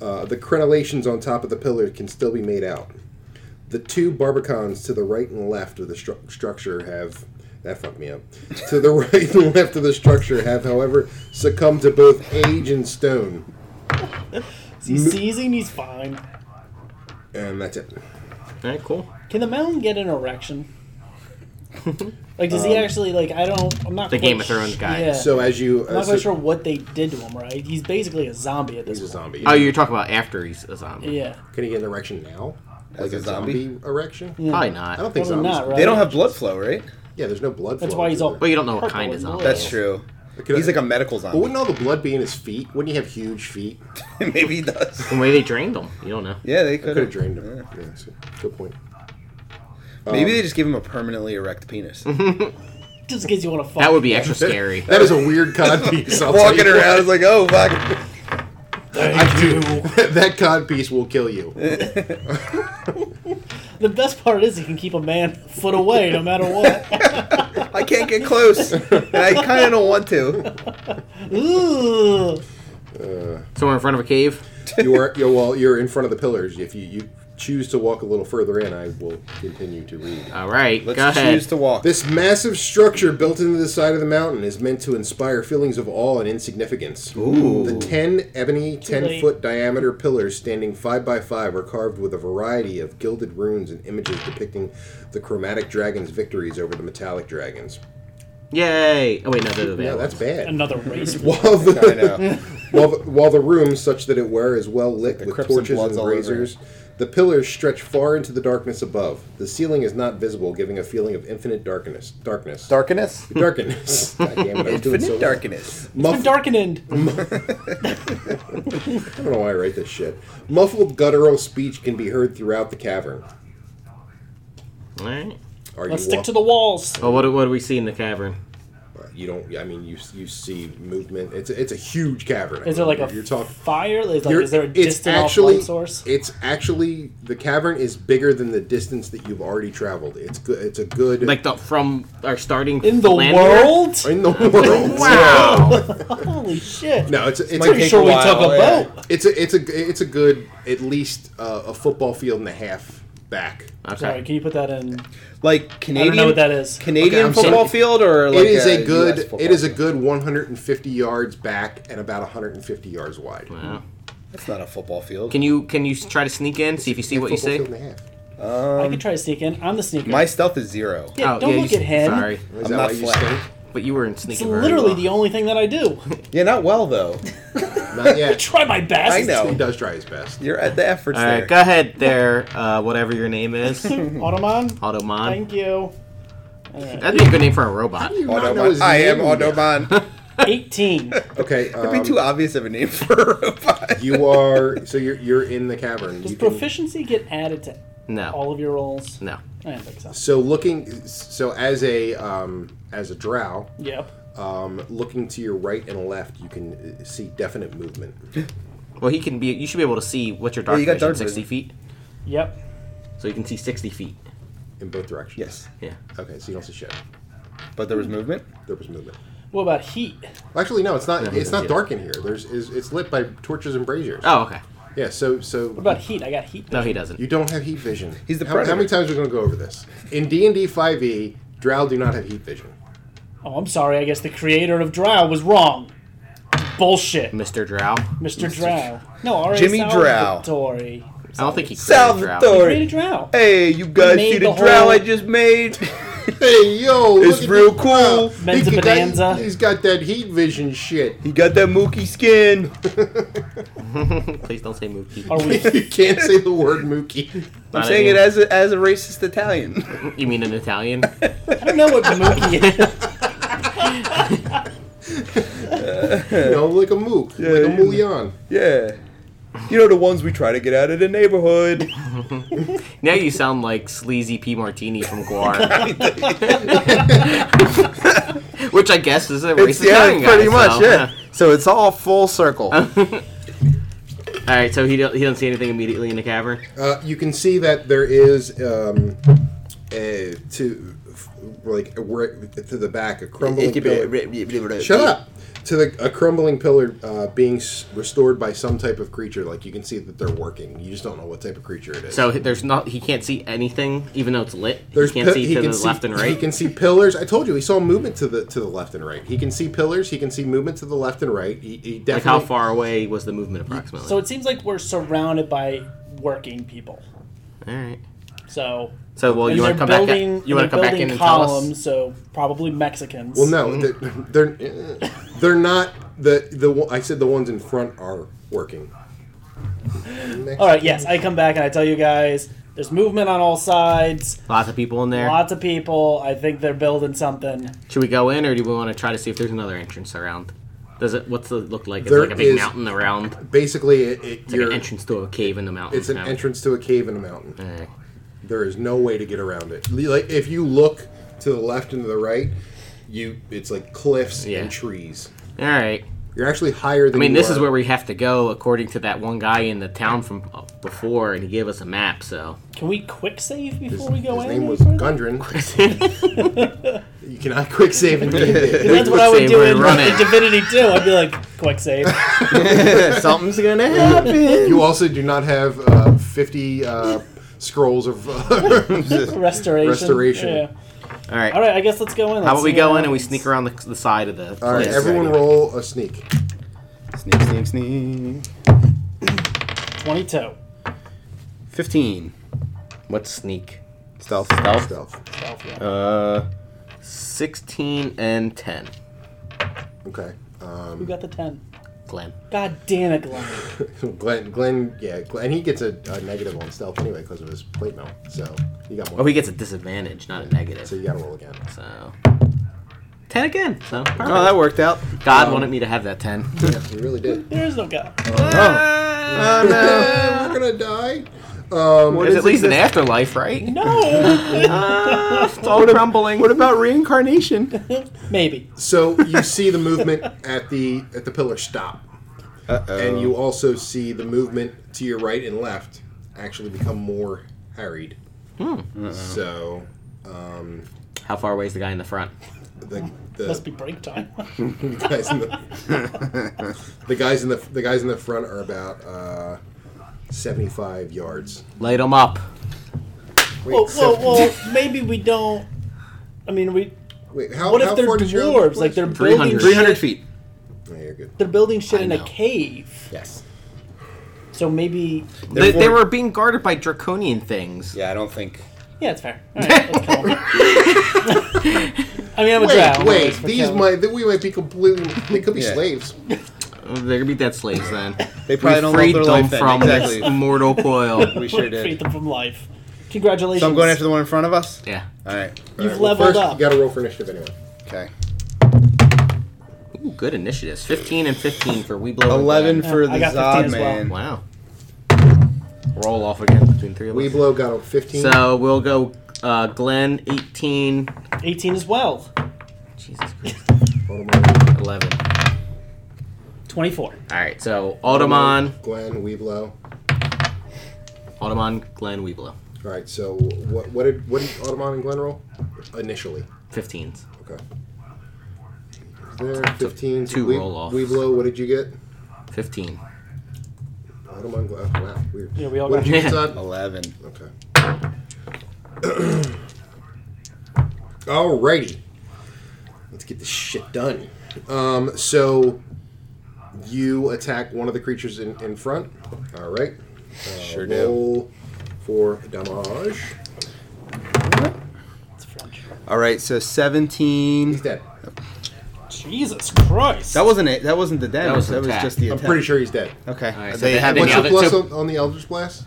C: uh, the crenellations on top of the pillar can still be made out. The two barbicans to the right and left of the stru- structure have. That fucked me up. to the right and left of the structure have, however, succumbed to both age and stone.
E: Is he seizing? He's fine.
C: And that's it.
B: All right, cool.
E: Can the mountain get an erection? like, does he actually, like, I don't, I'm not
B: Um, The
E: quite
B: Game of Thrones
E: sh-
B: guy.
E: Yeah.
C: So as you.
E: I'm
C: Uh,
E: not quite
C: so,
E: sure what they did to him, right? He's basically a zombie at this
C: he's a
E: point.
C: zombie.
B: Oh, you're talking about after he's a zombie.
E: Yeah.
C: Can he get an erection now?
D: As a zombie?
C: erection?
B: Probably
C: I don't
B: not.
C: think
E: Probably
C: zombies.
E: not, right?
D: They don't have blood flow, right?
C: Yeah, there's no blood.
E: That's
C: flow
E: why he's
C: through
E: all
C: there.
B: Well, you don't know what
E: Purple
B: kind of
E: and
B: zombie.
E: blue.
B: it is.
D: That's true.
C: Could I-
D: He's like a medical
C: But
D: zombie.
C: wouldn't all the blood be in his feet? Wouldn't he have huge feet?
D: Maybe he does.
B: The way they drained them. You don't know.
D: Yeah, they
C: Could have
D: could have.
C: drained him. Yeah, so, good point.
D: Maybe they just give him a permanently erect penis.
E: Just in case you want to fuck.
B: That would be extra scary.
C: That is a weird cod piece. I'll tell
D: Walking
C: you
D: around, it's like, oh fuck.
E: Thank you.
C: what. that cod piece will kill you.
E: The best part is you can keep a man a foot away no matter what.
D: I can't get close, and I kind of don't want to.
E: Ooh.
B: Somewhere in front of a cave.
C: You are you well. You're in front of the pillars. If you, you choose to walk a little further in, I will continue to read.
B: All right,
D: Let's
B: go ahead.
D: choose to walk.
C: This massive structure built into the side of the mountain is meant to inspire feelings of awe and insignificance. The ten ebony, ten
E: late.
C: foot diameter pillars standing five by five are carved with a variety of gilded runes and images depicting the chromatic dragon's victories over the metallic dragons.
B: Yay! Oh wait, no, they're
C: Yeah,
B: available.
C: that's bad.
E: Another race.
C: While
D: I
C: the,
D: know.
C: while, the, while the room, such that it were, is well lit
D: the
C: with
D: Crips and
C: torches
D: Bloods
C: and
D: all over
C: razors, the pillars stretch far into the darkness above. The ceiling is not visible, giving a feeling of infinite darkness. Darkness.
D: Darkness.
C: darkness. God damn it, I was doing so
D: Infinite
C: well.
D: darkness.
E: It's been
C: Muff-
E: darkened.
C: I don't know why I write this shit. Muffled guttural speech can be heard throughout the cavern.
B: All right.
C: Are
E: Let's
C: you
E: stick to the walls.
B: Well, what, do- what do we see in the cavern?
C: walk- You don't. I mean, you you see movement. It's it's a huge cavern. I
E: Is there
C: mean,
E: like a
C: you're talking?
E: fire? Is, like,
C: You're,
E: Oh, is there a
C: it's
E: distant
C: actually
E: offline source?
C: it's actually the cavern is bigger than the distance that you've already traveled. It's good. It's a good
B: Like the from our starting
E: In the
B: land
E: world?
C: in the world.
B: Wow!
E: Holy shit.
C: No, it's it's
E: Pretty
C: a,
D: take
E: sure
D: a
E: we
D: while,
E: took a
D: yeah.
E: boat.
C: it's a it's a it's a good at least uh, a football field and a half back.
E: Sorry,
B: okay.
E: can you put that in?
D: Like Canadian.
E: know what that is.
C: Okay,
D: Canadian
C: I'm sorry.
D: football field or like
C: it is a,
D: US
C: good.
D: football
C: It is a
D: field?
C: good 150 yards back and about 150 yards wide.
B: Wow.
D: That's not a football field.
B: Can you can you s- try to sneak in, see if you see what you
C: Football
B: see?
C: field and a half.
E: I can try to sneak in. I'm the sneaker.
D: My stealth is zero.
E: yeah,
B: Oh,
E: don't
B: yeah,
E: look
B: you
E: at
B: s-
E: him.
B: Sorry,
C: Is
D: I'm
C: that
D: not
C: why you
D: flat.
B: but you were in
E: It's
B: sneaking. very
E: literally
B: well.
E: the only thing that I do.
D: Yeah, not well though.
C: stink? Not yet.
E: try my best.
D: I know.
C: He does try his best.
D: You're at the efforts
B: All
D: there.
B: right, go ahead there. Uh, whatever your name is,
E: Automan,
B: Automan.
E: thank you. All right.
B: That'd be a good name for a robot.
C: Not know
D: Autobahn.
C: his
D: I am
C: name.
D: Autobahn.
E: 18.
C: Okay.
D: It'd
C: Um,
D: be too obvious of a name for a robot.
C: you are so you're you're in the cavern.
E: Does
C: You can-
E: proficiency get added to
B: No,
E: all of your rolls?
B: no.
E: I don't think so.
C: so looking so as a um, as a drow,
E: Yep.
C: um, looking to your right and left, you can uh, see definite movement.
B: Well, he can be. You should be able to see what your dark
D: you got
B: vision,
D: dark
B: sixty feet,
E: Yep.
B: so you can see sixty feet.
C: in both directions.
D: Yes,
B: Yeah.
C: Okay, so you don't see shit.
D: but there was movement.
C: There was movement.
E: What about heat?
C: Actually, no, it's not.
B: Yeah,
C: it's not
B: yeah.
C: dark in here. There's is it's lit by torches and braziers.
B: Oh, okay.
C: Yeah. So so
E: What about heat? I got heat.
B: No, he
C: you
B: doesn't.
C: don't have heat vision.
D: He's the
C: how, how many
D: predator.
C: times are we going to go over this? In D and D five e, Drow do not have heat vision.
E: Oh, I'm sorry. I guess the creator of Drow was wrong. Bullshit,
B: Mister Drow.
E: Mr. Drow. No, R.A.
D: Jimmy Drow.
E: Salvatore.
B: I don't think he. created Drow.
D: Salvatore.
E: Created Drow.
D: Hey, you guys
E: made
D: see
E: the
D: the drow
E: whole-
D: I just made?
C: Hey yo, look
D: It's
C: at
D: real
C: the-
D: cool.
C: wow,
E: Men's
C: he
E: a
C: got-
E: bonanza.
C: He's got that heat vision shit.
D: he got that Mookie skin.
B: Please don't say Mookie.
E: Are we?
C: you can't say the word Mookie.
D: I'm
B: Not
D: saying it
B: anymore.
D: as a, as a racist Italian.
B: You mean an Italian?
E: I don't know what Mookie is.
C: You know, like a mook,
D: Yeah,
C: like a
D: yeah.
C: mullion.
D: yeah. You know the ones we try to get out of the neighborhood.
B: now you sound like sleazy P Martini from Guar, which I guess is a
D: It's-
B: racist Italian guy,
D: pretty much,
B: so,
D: yeah. So it's all full circle.
B: All right, so he don't, he doesn't see anything immediately in the cavern.
C: Uh, you can see that there is um, a, to f- like where- to the back a crumbling pillar. Shut up. To the a crumbling pillar uh, being s- restored by some type of creature. Like you can see that they're working. You just don't know what type of creature it is.
B: So he- there's not he can't see anything, even though it's lit.
C: There's
B: he can't
C: pi-
B: see
C: he
B: to
C: can
B: the
C: see-
B: left and
C: He
B: right.
C: can see pillars. I told you he saw movement to the to the left and right. He can see pillars. He can see movement to the left and right. He, he definitely
B: Like how far away was the movement approximately?
E: So it seems like we're surrounded by working people.
B: All right.
E: So
B: So well,
E: and
B: you want to
E: they're
B: come back? in-
E: building-
B: You want
E: they're
B: to come back in
E: building
B: and
E: columns,
B: tell us?
E: So probably Mexicans.
C: Well, no,
B: Mm.
C: they're they're, they're not the the one- I said the ones in front are working.
E: All right. Yes, I come back and I tell you guys. There's movement on all sides.
B: Lots of people in there.
E: Lots of people. I think they're building something.
B: Should we go in, or do we want to try to see if there's another entrance around? Does it? What's it look like? It's
C: There
B: like a big
C: is-
B: mountain around.
C: Basically, it, it,
B: It's like
C: you're,
B: an entrance to a cave in the mountain.
C: it's an
B: no?
C: entrance to a cave in a mountain.
B: All right.
C: There is no way to get around it. Like if you look to the left and to the right, you it's like cliffs
B: Yeah.
C: and trees.
B: All right.
C: You're actually higher
B: I
C: than.
B: mean,
C: you
B: this is
C: are.
B: where we have to go, according to that one guy in the town from uh, before, and he gave us a map. So
E: Can we quick save before we go
C: His
E: in?
C: name
E: any
C: was
E: further?
C: Gundren. You cannot quick save in D&D.
E: That's what
B: Quick
E: I would
B: save
E: do
B: when
E: in
B: we run it.
E: in Divinity 2. I'd be like, quick save.
B: something's gonna happen.
C: You also do not have uh, 50 uh, scrolls of. uh,
E: Restoration.
C: Restoration.
E: Yeah.
B: All right.
E: All right, I guess let's go in.
B: How about we go in and we sneak around the, the side of the place?
C: All right, everyone roll a sneak.
D: Sneak, sneak, sneak.
E: 22.
D: 15.
B: What's sneak?
D: Stealth.
C: Stealth.
D: Uh,
B: Sixteen and ten.
C: Okay.
E: Who got the 10?
B: Glenn.
E: God damn it, Glenn.
C: Glenn, Glenn, yeah, Glenn, and he gets a, a negative on stealth anyway because of his plate mail. So you got
B: Oh,
C: one.
B: he gets a disadvantage, not a negative.
C: So you got to roll again.
B: So ten again. So perfect.
D: oh, that worked out.
B: God wanted me to have that ten.
C: Yeah, you really did.
E: There is no God.
D: Oh, no.
C: We're gonna die.
D: What
B: There's
D: is
B: at least
D: this?
B: an afterlife, right?
E: No!
B: Uh, it's all crumbling.
D: What about reincarnation?
E: Maybe.
C: So you see the movement at the at the pillar stop, and you also see the movement to your right and left actually become more harried. Hmm. So
B: How far away is the guy in the front?
C: the the
E: Must be break time.
C: the guys in the, the guys in the the guys in the front are about uh, seventy five yards.
B: Light him up.
C: Wait,
E: well, well,
C: so-
E: well, maybe we don't. I mean, we.
C: wait, how,
E: What
C: how
E: if they're
C: far did you- Oh,
E: dwarves? Like they're building
B: 300.
D: 300
E: shit-
D: feet.
C: Yeah, you're good.
E: They're building shit
B: I
E: in a
B: know.
E: cave.
D: Yes.
E: So maybe.
B: They, they
D: Therefore-
B: were being guarded by draconian things.
D: Yeah, I don't think.
E: Yeah, it's fair. All right, let's kill 'em. I mean, I'm a drow.
C: Wait,
E: I'm
C: wait,
E: always for
C: these
E: killing.
C: might we might be completely they could be
D: Yeah.
C: slaves.
B: Oh, They're gonna be dead slaves then.
D: They probably
B: we
D: don't
B: freed
D: love their
B: them
D: life then.
B: from this
D: Exactly.
B: mortal coil.
D: we sure
E: Freed
D: did.
E: them from life. Congratulations.
D: So I'm going after the one in front of us?
B: yeah.
D: All right.
C: Alright,
E: You've
C: well,
E: leveled
C: first,
E: up.
C: You got to roll for initiative anyway.
D: Okay.
B: Ooh, good initiatives. Fifteen and fifteen for we blow. and
D: 11
B: Glenn.
D: for
E: I
D: the
E: got 15
D: Zod
E: as well.
D: man.
B: Wow. Roll off again between three of us.
C: Weeblow got a fifteen.
B: So we'll go uh, Glenn eighteen.
E: 18 as well.
B: Jesus Christ.
C: Hold on.
B: Eleven.
E: 24.
B: All right. So Alderman,
C: Glenn, Weeblow.
B: Alderman, Glenn, we blow.
C: All right, so what what did what did Audemars and Glenn roll initially?
B: Fifteens.
C: Okay. There, 15.
B: two
C: Weeb-
B: roll-offs.
C: Weeblow, what did you get?
B: Fifteen.
C: Audemars and Glenn. Oh, wow, weird.
E: Yeah, we all
C: what
E: got-
C: did you get, Zod?
D: 11.
C: Okay. Alrighty. Let's get this shit done. Um, so you attack one of the creatures in, in front. Alright. Uh,
D: Sure do.
C: roll for damage.
E: It's French.
D: All right, so 17.
C: He's dead.
E: Jesus Christ.
D: That wasn't it. That wasn't the damage. That
B: was
D: was,
B: an attack.
D: just the
C: I'm
D: attack.
C: pretty sure he's dead.
D: Okay.
B: All right, so
D: they,
B: they have
D: have any
C: What's
B: the
C: your
B: other-
D: other
C: plus
B: two-
C: on, on the Elder's Blast?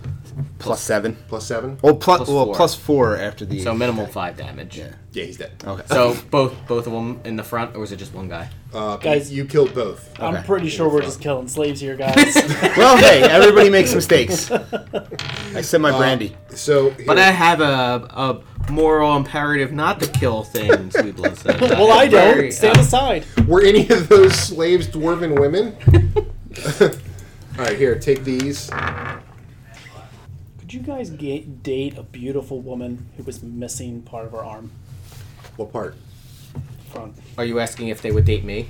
D: plus seven.
C: Plus seven?
D: Well, plus,
B: Plus
D: well,
B: four.
D: plus four after the.
B: So minimum five damage.
D: Yeah.
C: Yeah, he's dead.
D: Okay.
B: So both both of them in the front, or was it just one guy?
C: Uh,
E: Guys-
C: you killed both.
E: I'm
D: okay.
E: pretty sure we're just killing slaves here, guys.
D: well, hey, everybody makes mistakes. I said my brandy.
C: So, here-
B: But I have a, a moral imperative not to kill things. we blow. So
E: well, I
B: Very-
E: don't. Stand
B: uh,
E: aside.
C: were any of those slaves dwarven women? All right, here, take these.
E: Could you guys ga date a beautiful woman who was missing part of her arm?
C: What part?
E: Front.
B: Are you asking if they would date me?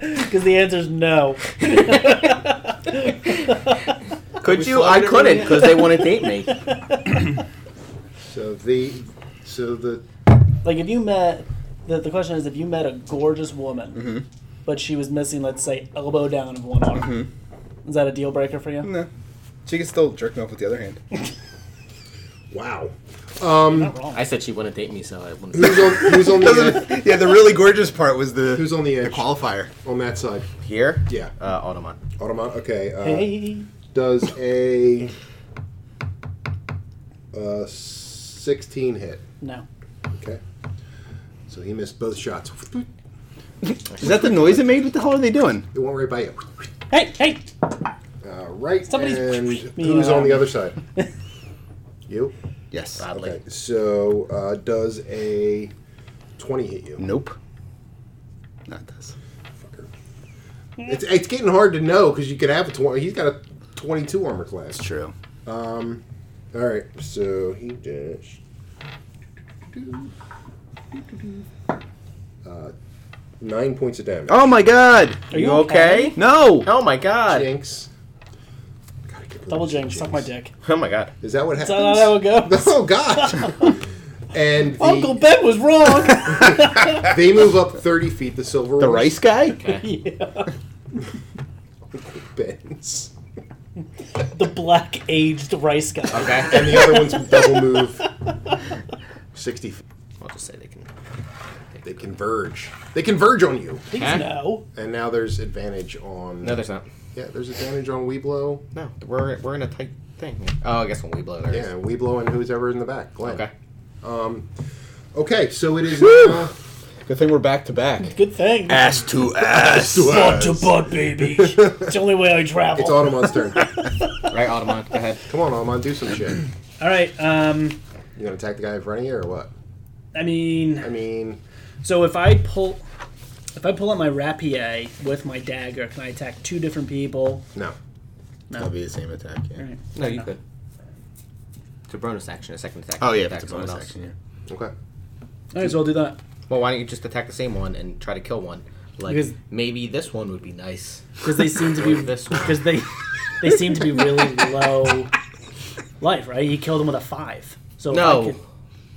E: Because the answer is no.
B: Could you?
D: saw
B: I
D: it
B: couldn't
D: already.
B: because they want to date me.
C: So the, so the
E: Like, if you met, the, the question is if you met a gorgeous woman,
C: Mm-hmm.
E: but she was missing, let's say, elbow down of one arm,
C: Mm-hmm.
E: is that a deal breaker for you?
D: No. She can still jerk me off with the other hand.
C: wow.
E: Not
C: Uh,
E: wrong.
B: I said she wouldn't date me, so I wouldn't.
C: Who's on, who's on the edge?
D: yeah, the really gorgeous part was the
C: Who's on the edge?
D: qualifier.
C: On that side.
B: Here,
C: Yeah.
B: uh, Automon.
C: Automat. Okay. Uh,
E: hey,
C: Does a uh, sixteen hit?
E: no.
C: Okay. So he missed both shots.
D: Is that the noise it made? What the hell are they doing?
C: It went right by you.
E: Hey, hey!
C: Uh, right.
E: Somebody's-
C: and
E: me,
C: who's on the
E: um,
C: other side? you.
D: Yes.
B: Oddly.
C: Okay, so uh, does a 20 hit you?
D: Nope. Not this.
C: Fucker. It's, it's getting hard to know because you could have a 20. He's got a 22 armor class.
D: It's true.
C: All right, so he dashed. Uh, nine points of damage.
D: Oh my god!
E: Are
B: you
E: you
B: okay?
E: okay?
D: No!
B: Oh my god.
C: Jinx. God, I can't believe
E: Double
C: it's
E: jinx, suck my dick.
B: Oh my god.
C: Is that what
E: Is that how
C: happens?
E: that would go?
C: oh God! and the,
E: Uncle Ben was wrong.
C: they move up 30 feet. The silver
D: The
C: ones.
D: rice guy?
E: yeah.
C: bends,
E: The black aged rice guy.
B: Okay.
C: and the other ones double move 60 feet.
B: I'll just say they can.
C: They converge. They converge on you.
E: Please
B: Huh?
E: no.
C: And now there's advantage on.
B: No, there's not.
C: yeah, there's advantage on Weeblow.
B: No, we're we're in a tight thing. Oh, I guess when we blow there.
C: Yeah, Weeblow and who's ever in the back. Glenn.
B: Okay.
C: Okay, so it is.
D: Woo!
C: now-
D: Good thing we're back to back.
E: Good thing.
D: Ass to ass!
E: Butt to butt, baby. it's the only way I travel.
B: Oh.
C: It's Automon's turn.
B: Right, Automon. Go ahead.
C: Come on, Automon, do some shit.
E: All right. Um,
C: You gonna attack the guy in front of you or what?
E: I mean,
C: I mean,
E: so if I pull, if I pull out my rapier with my dagger, can I attack two different people?
C: no.
D: That'll be the same attack, yeah.
E: All right.
B: No, you could. It's a bonus action, a second attack.
D: Oh,
B: you
D: yeah,
B: attack
D: that's a bonus
B: someone
D: action, yeah.
C: Okay.
E: All right, so I'll do that.
B: Well, why don't you just attack the same one and try to kill one? Like
E: Because-
B: maybe this one would be nice.
E: because they seem to be
B: This one.
E: because they they seem to be really low life, right? He killed him with a five. So if I
B: No,
E: could-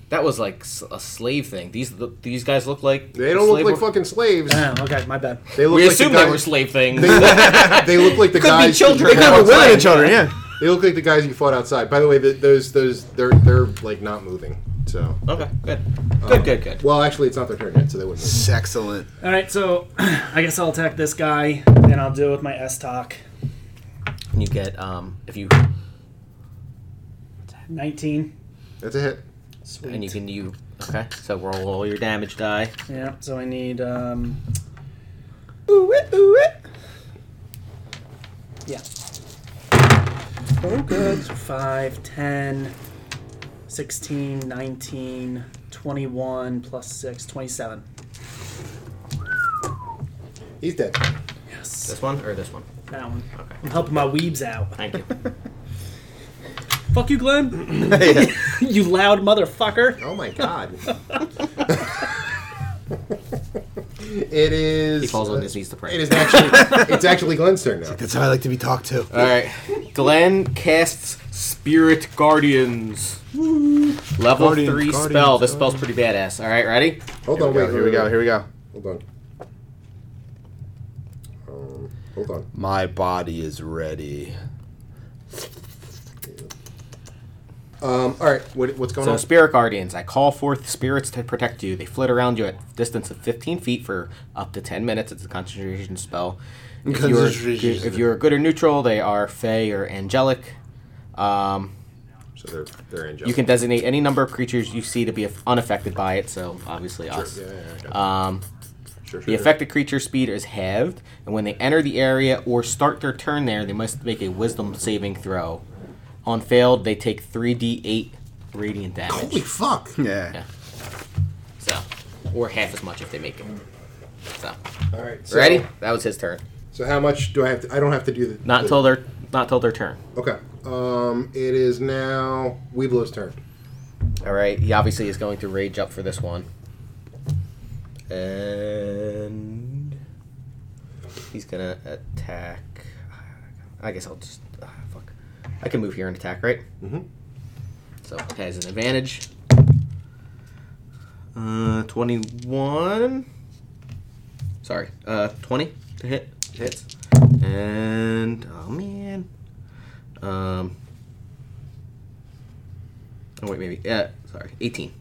B: that was like s- a slave thing. These look- these guys look like
C: They don't look
B: slave
C: like
B: were-
C: fucking slaves.
E: Oh, okay, my bad.
C: They look
B: Uh, We
C: like
B: assume
C: the guys,
B: they were slave things.
C: They look like the
B: Could be
C: guys. who
B: children.
C: fought
B: They could have been
C: outside.
B: women.
D: children, yeah.
C: They look like the guys you fought outside. By the way, th those those they're they're like not moving. So
B: okay, good, good, good, good.
C: well, actually, it's not their turn yet, so they wouldn't. Move.
D: Excellent.
E: All right, so I guess I'll attack this guy, and I'll deal with my S talk.
B: You get um if you
E: Nineteen.
C: That's a hit.
E: Sweet.
B: and you can you okay. So roll all your damage die.
E: yeah. So I need. Um,
D: Ooh it, ooh it.
E: yeah. good. 5, 10, 16, 19, 21, plus 6, 27.
C: He's dead.
E: Yes.
B: This one or this one.
E: That one.
B: Okay,
E: I'm helping my weebs out.
B: thank you.
E: Fuck you, Glenn.
D: Yeah.
E: you loud motherfucker.
C: Oh my god. it is.
B: He falls on his knees to pray.
C: It is actually. It's actually Glenn's turn now.
D: That's how I like to be talked to.
B: All right. Glenn casts Spirit Guardians. Level
D: Guardians,
B: three
D: guardians,
B: spell. This spell's pretty badass. All right, ready?
C: Hold on.
D: we go,
C: wait.
D: here
C: wait,
D: we go,
C: wait,
D: here we go.
C: Hold on. Um, hold on.
D: My body is ready.
C: Um, all right. What, what's going
B: So,
C: on?
B: Spirit Guardians, I call forth spirits to protect you. They flit around you at a distance of 15 feet for up to 10 minutes. It's a concentration spell. If you're,
D: Concentration.
B: if you're good or neutral, they are fey or angelic. Um,
C: so they're they're angelic.
B: you can designate any number of creatures you see to be unaffected by it, so obviously us.
C: Yeah, yeah, yeah, okay.
B: Um,
C: sure, sure,
B: The
C: sure.
B: affected creature's speed is halved, and when they enter the area or start their turn there, they must make a wisdom saving throw. On failed, they take 3d8 radiant
C: Holy
B: damage.
C: fuck!
D: Yeah.
B: Yeah. So, or half as much if they make it. So,
C: All right. So,
B: ready? That was his turn.
C: So how much do I have to? I don't have to do the.
B: Not
C: the-
B: until their not till their turn.
C: Okay. Um, it is now Weeblow's turn.
B: All right. He obviously is going to rage up for this one, and he's gonna attack. I guess I'll just ah, fuck. I can move here and attack, right? Mm-hmm. So it has an advantage. Uh, twenty-one. Sorry, uh, twenty to hit. Hits. And oh man, um, Oh wait, maybe. Yeah, sorry. 18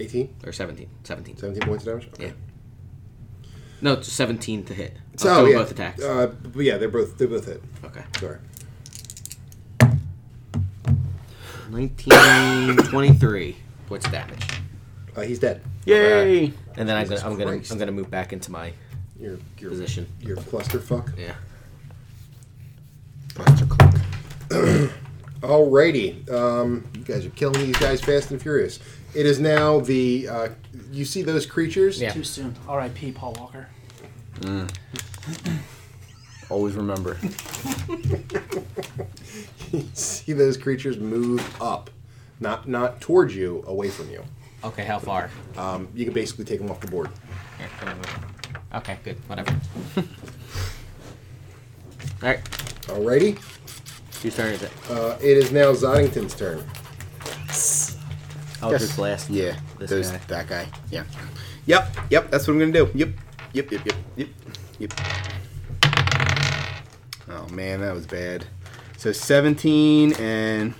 C: 18?
B: or 17. 17.
C: 17 points of damage? Okay.
B: Yeah. No, it's 17 to hit.
C: So
B: I'll do
C: yeah,
B: both attacks.
C: Uh, but yeah, they're both they're both hit.
B: okay.
C: Sorry.
B: 19 23 points of damage.
C: Uh, he's dead.
B: Alright. And then I'm going to I'm going to
C: Christ.
B: I'm going to move back into my
C: Your your
B: position.
C: your clusterfuck.
B: Yeah.
C: Alrighty, um, you guys are killing these guys fast and furious. It is now the uh, you see those creatures.
B: Yeah.
E: Too soon. R.I.P. Paul Walker.
B: Always remember.
C: You see those creatures move up, not not towards you, away from you.
B: Okay, how far?
C: Um, you can basically take them off the board.
B: Here, come over. Okay, good. Whatever. All right,
C: Alrighty,
B: whose turn is it?
C: uh, it is now Zoddington's turn.
B: I'll just blast.
D: Yeah,
B: this
D: those-
B: guy.
D: that guy. Yeah. Yep, yep, that's what I'm gonna do. Yep, yep, yep, yep, yep, yep. Oh man, that was bad. So 17 and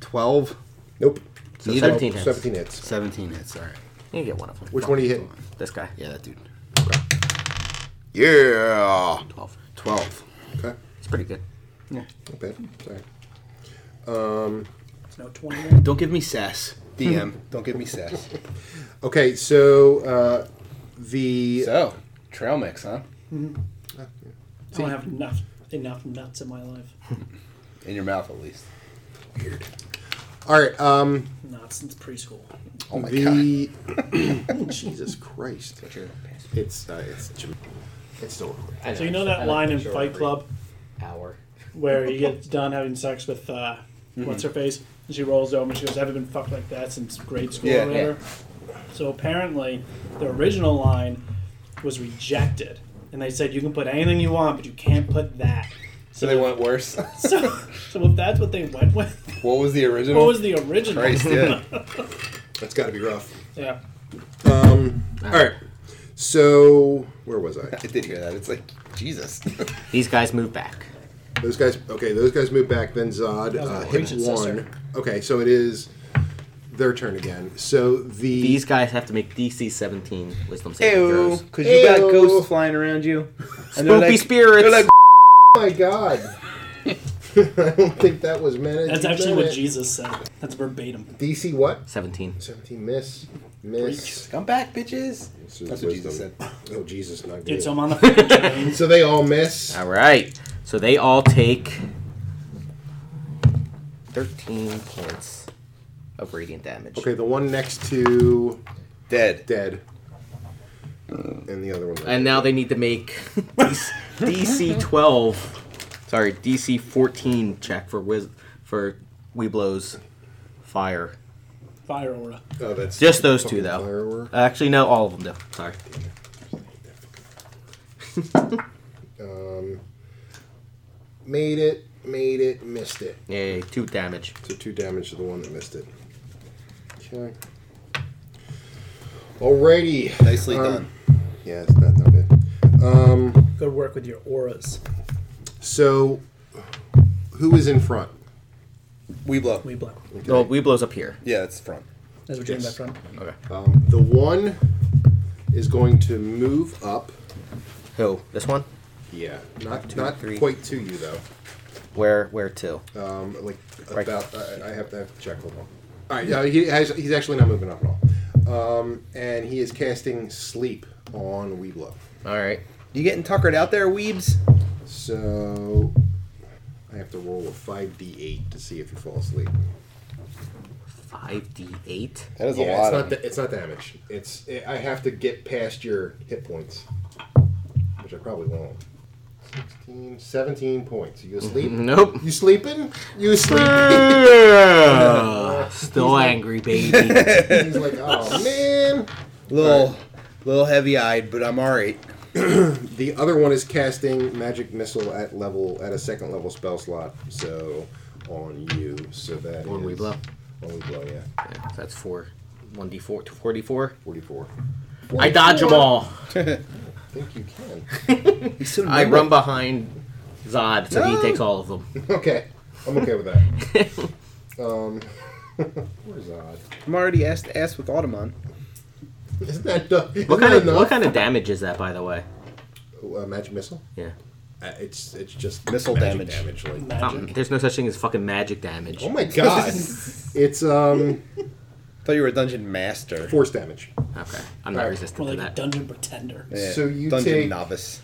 D: 12.
C: Nope.
B: So
C: Nope,
B: 17 hits.
C: 17 hits.
D: 17 hits, alright.
B: You get one of them.
C: Which one are you hitting?
B: This guy.
D: Yeah, that dude. Yeah!
B: Twelve.
D: 12.
C: Okay.
B: It's pretty good.
D: Yeah.
C: Not bad. Sorry.
E: It's no 20
D: Don't give me sass. DM, don't give me sass.
C: Okay, so uh, the
D: So, trail mix, huh?
E: I don't have enough, enough nuts in my life.
D: In your mouth, at least.
C: all right. Um,
E: Not since preschool.
D: Oh my
C: the Jesus Christ. It's uh, it's it's still recording.
E: So you know that line in Fight Club
B: Hour.
E: where he gets done having sex with uh, what's her face, and she rolls over and she goes, "I haven't been fucked like that since grade school
D: Yeah,
E: or whatever." So apparently, the original line was rejected, and they said you can put anything you want, but you can't put that.
D: So they went worse.
E: So, so if that's what they went with,
D: what was the original?
E: what was the original?
D: Christ, yeah.
C: That's got to be rough.
E: Yeah.
C: All right. So where was I?
D: I did hear that. It's like, Jesus.
B: These guys move back.
C: Those guys. Okay, those guys move back. Then Zod
E: was
C: uh,
E: my
C: hits
E: region's sister.
C: one. Okay, so it is their turn again. So the
B: These guys have to make DC 17 wisdom saving
D: Ew,
B: throws.
D: because you got
C: Ew.
D: ghosts flying around you. And
B: Spooky
D: they're like-
B: spirits.
D: they're like,
C: oh my god. I don't think that was meant.
E: That's
C: You
E: actually
C: meant
E: what
C: it.
E: Jesus said. That's verbatim.
C: DC what?
B: 17.
C: 17 miss. Miss.
D: Come back, bitches.
C: This is
D: That's what Jesus
C: wisdom. Oh, Jesus, not good.
E: Dude, so I'm on the fucking train.
C: so they all miss.
B: All right. So they all take 13 points of radiant damage.
C: Okay, the one next to
D: Dead.
C: dead. And the other one.
B: And now they need to make DC 12. Sorry, DC 14 check for Wiz for Weeblo's fire.
E: Fire aura.
C: oh, that's
B: Just those two, though.
C: Firework.
B: Actually, no, all of them do. Sorry.
C: Um, made it, made it, missed it.
B: Yay, two damage.
C: So two damage to the one that missed it. Okay. Alrighty.
D: Nicely
C: Um,
D: done.
C: Yeah, it's not that bad. Um,
E: Good work with your auras.
C: so who is in front?
D: We blow.
E: We blow.
B: Well, Weeblo's up here.
D: Yeah, it's front.
E: That's what you mean by
C: Yes.
E: front.
B: Okay.
C: Um, the one is going to move up.
B: Who? This one?
C: Yeah. Not not
D: three.
C: quite to you though.
B: Where? Where to?
C: Um, like
B: Right.
C: about, I, I have to check. Hold on. All right, yeah, he has, he's actually not moving up at all, um, and he is casting sleep on Weeblo.
B: All right.
D: You getting tuckered out there, weebs?
C: So I have to roll a five d eight to see if you fall asleep.
B: Five D eight.
D: That is
C: yeah, it's not da- it's not damage. It's I have to get past your hit points, which I probably won't. 16, 17 points. You asleep?
B: Nope.
C: You sleeping? You sleeping?
B: Uh, Still angry, baby.
C: He's like, oh man.
D: little, little heavy-eyed, but I'm all right.
C: The other one is casting magic missile at level at a second level spell slot, so on you. So that
B: On
C: is-
B: Weeblo.
C: On Weeblo, yeah.
B: Yeah, that's four. One D four to forty four.
C: Forty four.
B: I dodge them all.
C: I think you can.
D: He's so
B: I
D: nimble.
B: run behind Zod, so
D: No.
B: he takes all of them.
C: Okay. I'm okay with that. um where's Odd?
D: I'm already ass to ass with Audemon.
C: Isn't that du- isn't
B: What
C: that
B: kind of
C: enough?
B: what kind of damage is that, by the way?
C: uh, magic missile?
B: Yeah.
C: Uh, it's it's just
D: Missile
C: magic
D: damage.
C: damage, like-
B: Um,
E: Magic.
B: there's no such thing as fucking magic damage.
C: Oh my god. it's um
D: Thought you were a dungeon master.
C: force damage.
B: Okay, I'm not
C: Alright.
B: resistant
E: More
B: to
E: like a
B: that.
E: dungeon pretender.
D: Yeah,
C: So you
D: dungeon
C: take-
D: novice.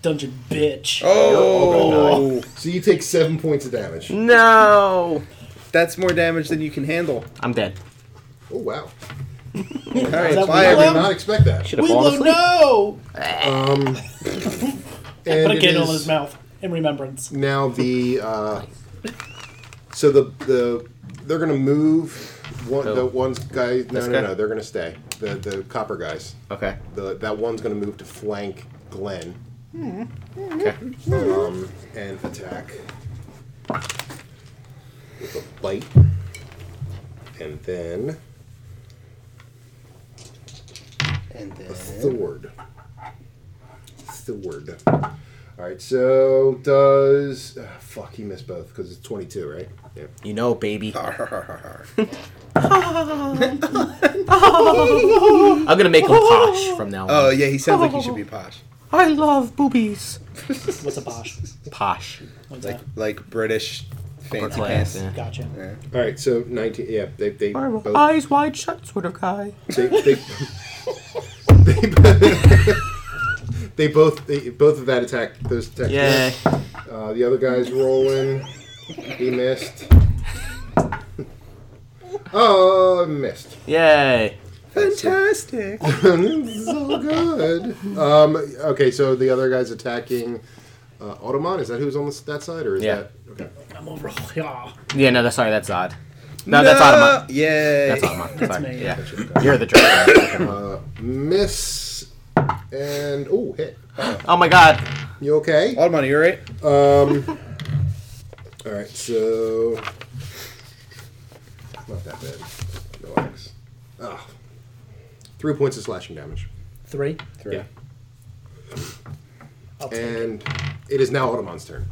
E: dungeon bitch.
D: Oh,
C: So you take seven points of damage. Oh
B: No.
D: that's more damage than you can handle.
B: I'm dead.
C: wow!
D: All right,
E: that
D: bye
C: I
E: yellow?
D: everyone.
C: did not expect that.
B: Should have fallen
E: Willow,
B: asleep.
E: no!
C: Um, and
E: Put a
C: it
E: candle in
C: is
E: his mouth in remembrance.
C: now the uh, so the the they're gonna move one the
B: Who?
C: one's Oh. guy. No,
B: This
C: no,
B: guy?
C: no, they're gonna stay. The the copper guys.
B: Okay.
C: The, that one's gonna move to flank Glenn.
B: Okay.
C: um, and attack with a bite, and then
D: And then
C: sword. Sword. All right, so does ah, fuck? He missed both because it's twenty-two, right? Yeah.
B: You know, baby. I'm gonna make him posh from now on.
D: Oh yeah, he sounds like he should be posh,
B: I love boobies.
E: What's a posh?
B: Posh.
E: What's
D: like
E: that?
D: like British fancy
B: class,
D: pants.
B: yeah.
E: Gotcha.
C: All right, so nineteen. Yeah, they they both
B: Eyes wide shut sort of guy.
C: they they, they, they both they, both of that attack those attacks.
B: Yeah.
C: Uh, the other guy's rolling. He missed. Oh, missed.
B: Yay.
D: Fantastic.
C: It's so good. Um, okay, so the other guy's attacking uh, Automon. Is that who's on this, that side, or is
B: Yeah.
C: that okay?
E: I'm over yeah.
B: Yeah, no, that's sorry, that's odd. No, that's Automon.
D: Yay.
B: That's Automon.
E: That's
B: Sorry.
E: me.
B: Yeah. You're the dragon.
C: Miss and oh, hit.
B: oh my god.
C: You okay?
D: Autumn, are you alright?
C: Um. all right, so not that bad. Relax. Ah, three points of slashing damage,
E: Three.
D: Three.
E: I'll take it.
C: and it is now Automon's turn.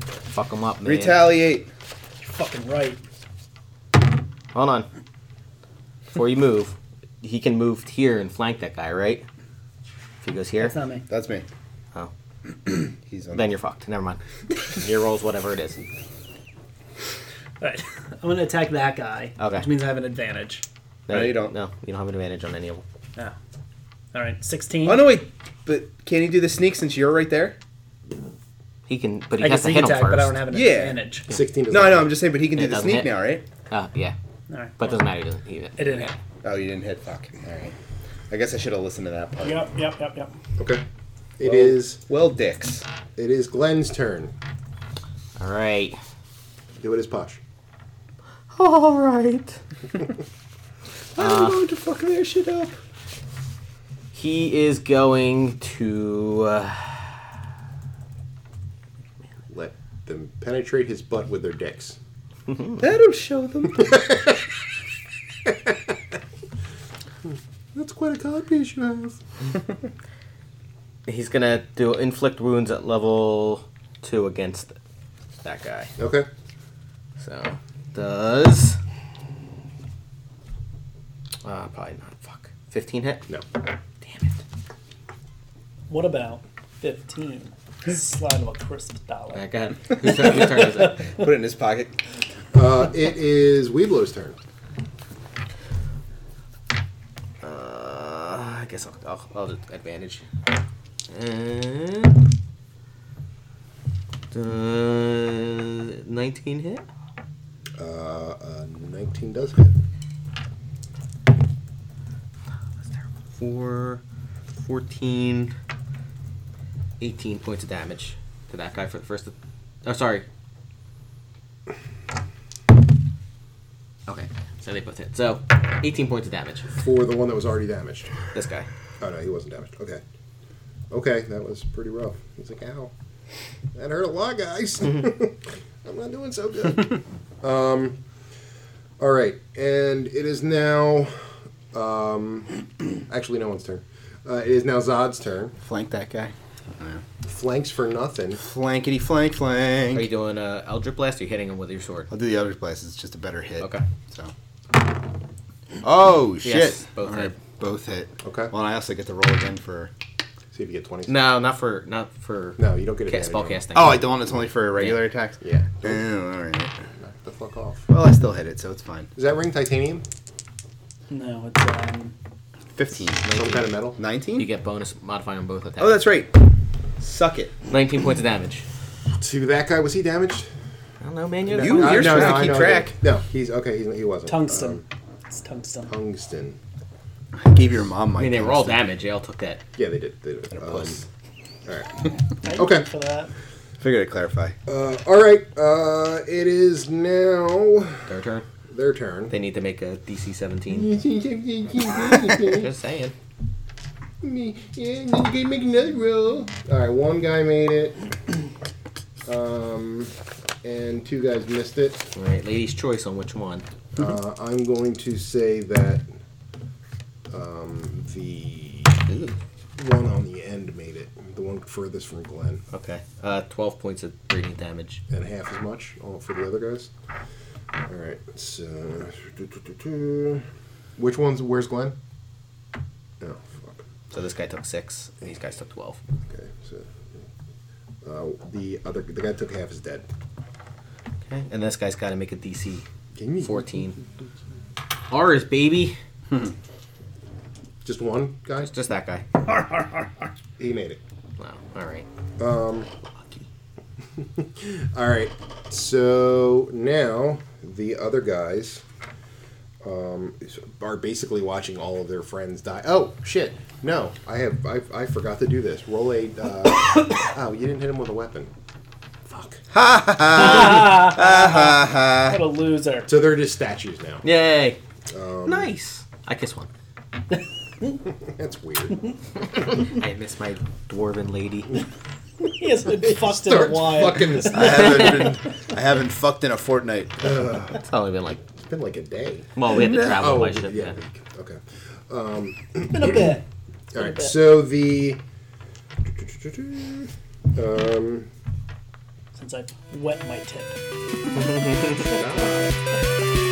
B: Fuck him up, man.
D: Retaliate.
E: You're fucking right.
B: Hold on. Before you move, he can move here and flank that guy, right? If he goes here,
E: That's not me.
D: That's me.
B: Oh.
D: He's on.
B: then you're fucked. Never mind. Your rolls, whatever it is.
E: Alright. I'm gonna attack that guy.
B: Okay.
E: Which means I have an advantage.
B: No,
D: No, you don't.
B: No, you don't have an advantage on any of them.
E: Yeah. Alright, sixteen.
D: Oh no wait, but can he do the sneak since you're right there?
B: He can, but he
E: I can
B: has to
E: sneak
B: hit him
E: attack,
B: first.
E: but I don't have an
D: Yeah.
E: advantage.
C: Sixteen. Does
D: No,
C: not
D: I know.
C: hit.
D: I'm just saying, but he can do
B: It
D: the
B: doesn't
D: sneak
B: hit.
D: now, right?
B: Uh, yeah,
E: Alright.
B: but it doesn't matter. He doesn't. He,
E: It didn't hit.
D: Oh, you didn't hit. Fuck. All right. I guess I should have listened to that part.
E: Yep, yep, yep, yep.
C: Okay. It is.
D: Well, dicks.
C: It is Glenn's turn.
B: All right.
C: Do it as Posh.
B: All right.
D: I'm going to fuck their shit up.
B: He is going to. Uh,
C: Let them penetrate his butt with their dicks.
D: That'll show them.
C: That's quite a cod piece you have.
B: he's gonna do inflict wounds at level two against that guy.
C: Okay.
B: So does. Uh, probably not. Fuck. Fifteen hit.
C: No. Uh,
B: Damn it.
E: What about fifteen? Slide of a crisp dollar.
B: All right, go ahead. Whose turn- whose turn is it?
D: Put it in his pocket.
C: Uh, it is Weeblow's turn.
B: Uh, I guess I'll, I'll, I'll just advantage. And does 19 hit?
C: Uh, uh, 19 does hit.
B: That's terrible. Four, 14, 18 points of damage to that guy for the first. Oh, sorry. Okay, so they both hit. So 18 points of damage.
C: For the one that was already damaged.
B: This guy.
C: Oh, no, he wasn't damaged. Okay. Okay, that was pretty rough. He's like, ow. That hurt a lot, guys. I'm not doing so good. um, all right, and it is now. Um, actually, no one's turn. Uh, it is now Zod's turn.
D: Flank that guy.
C: Flanks for nothing.
D: Flankety flank
B: Are you
D: flank.
B: doing uh, Eldritch Blast or are you hitting him with your sword?
D: I'll do the other place. It's just a better hit.
B: Okay.
D: So. Oh shit!
B: Yes, both
D: All right,
B: hit.
D: both hit.
C: Okay.
D: Well, and I also get to roll again for.
C: See if you get 20.
B: No, not for not for
C: No, you don't get
B: ca-
C: advantage
B: spell
C: on it.
B: casting.
D: Oh, I don't. It's only for regular attacks.
C: Yeah.
D: Oh, all right.
C: Knock the fuck off.
D: Well, I still hit it, so it's fine.
C: Is that ring titanium?
E: No, it's um
D: Fifteen.
C: Some kind of metal?
D: Nineteen.
B: You get bonus modifying on both attacks.
D: Oh, that's right. Suck it.
B: 19 points of damage.
C: To that guy, was he damaged? Uh,
B: I don't know, man. You're
D: You-
B: you,
D: you're supposed to
C: I
D: keep
C: know
D: track.
C: that- No, he's okay. He's, he wasn't.
E: Tungsten.
C: Um,
E: it's tungsten.
C: tungsten.
D: Give your mom my.
B: I mean, they were all damaged. They all took that.
C: Yeah, they did. They did. Um, all
D: puss.
C: right.
E: Thank
C: okay.
E: you For that.
D: Figured I'd clarify.
C: Uh, all right. Uh, it is now
B: Their turn.
C: their turn.
B: They need to make a DC 17.
D: Mm-hmm.
C: yeah,
B: Just saying.
C: you can make another roll. All right, one guy made it, um, and two guys missed it.
B: All right, ladies' choice on which one.
C: Uh, I'm going to say that um, the
B: Ooh.
C: one on the end made it, the one furthest from Glenn,
B: Okay. Uh, 12 points of radiant damage.
C: and half as much all for the other guys. All right, uh, so which one's where's Glenn? Oh fuck.
B: So this guy took six. These guys took 12.
C: Okay, so uh, the other the guy took half is dead.
B: Okay. And this guy's got to make a DC
C: Can you
B: 14. Ours, baby.
C: Just one guy.
B: It's just that guy.
C: He made it.
B: Wow. All right. Um. Lucky.
C: All right. So now the other guys um, are basically watching all of their friends die. Oh shit! No, I have I, I forgot to do this. Roll a. Uh, oh, you didn't hit him with a weapon. Fuck.
E: What a loser.
C: So they're just statues now.
B: Yay. um, nice. I kiss one.
C: That's weird.
B: I miss my dwarven lady.
E: He has been fucked in a
C: Starts
E: while.
C: fucking.
D: I haven't been. I haven't fucked in a fortnight.
B: It's only been like.
C: It's been like a day.
B: Well, we had to travel
C: Oh
B: by ship.
C: yeah.
B: Yeah.
C: Okay.
E: It's been a bit.
C: All right.
E: bit.
C: So the. Um.
E: Since I wet my tip.
C: Stop.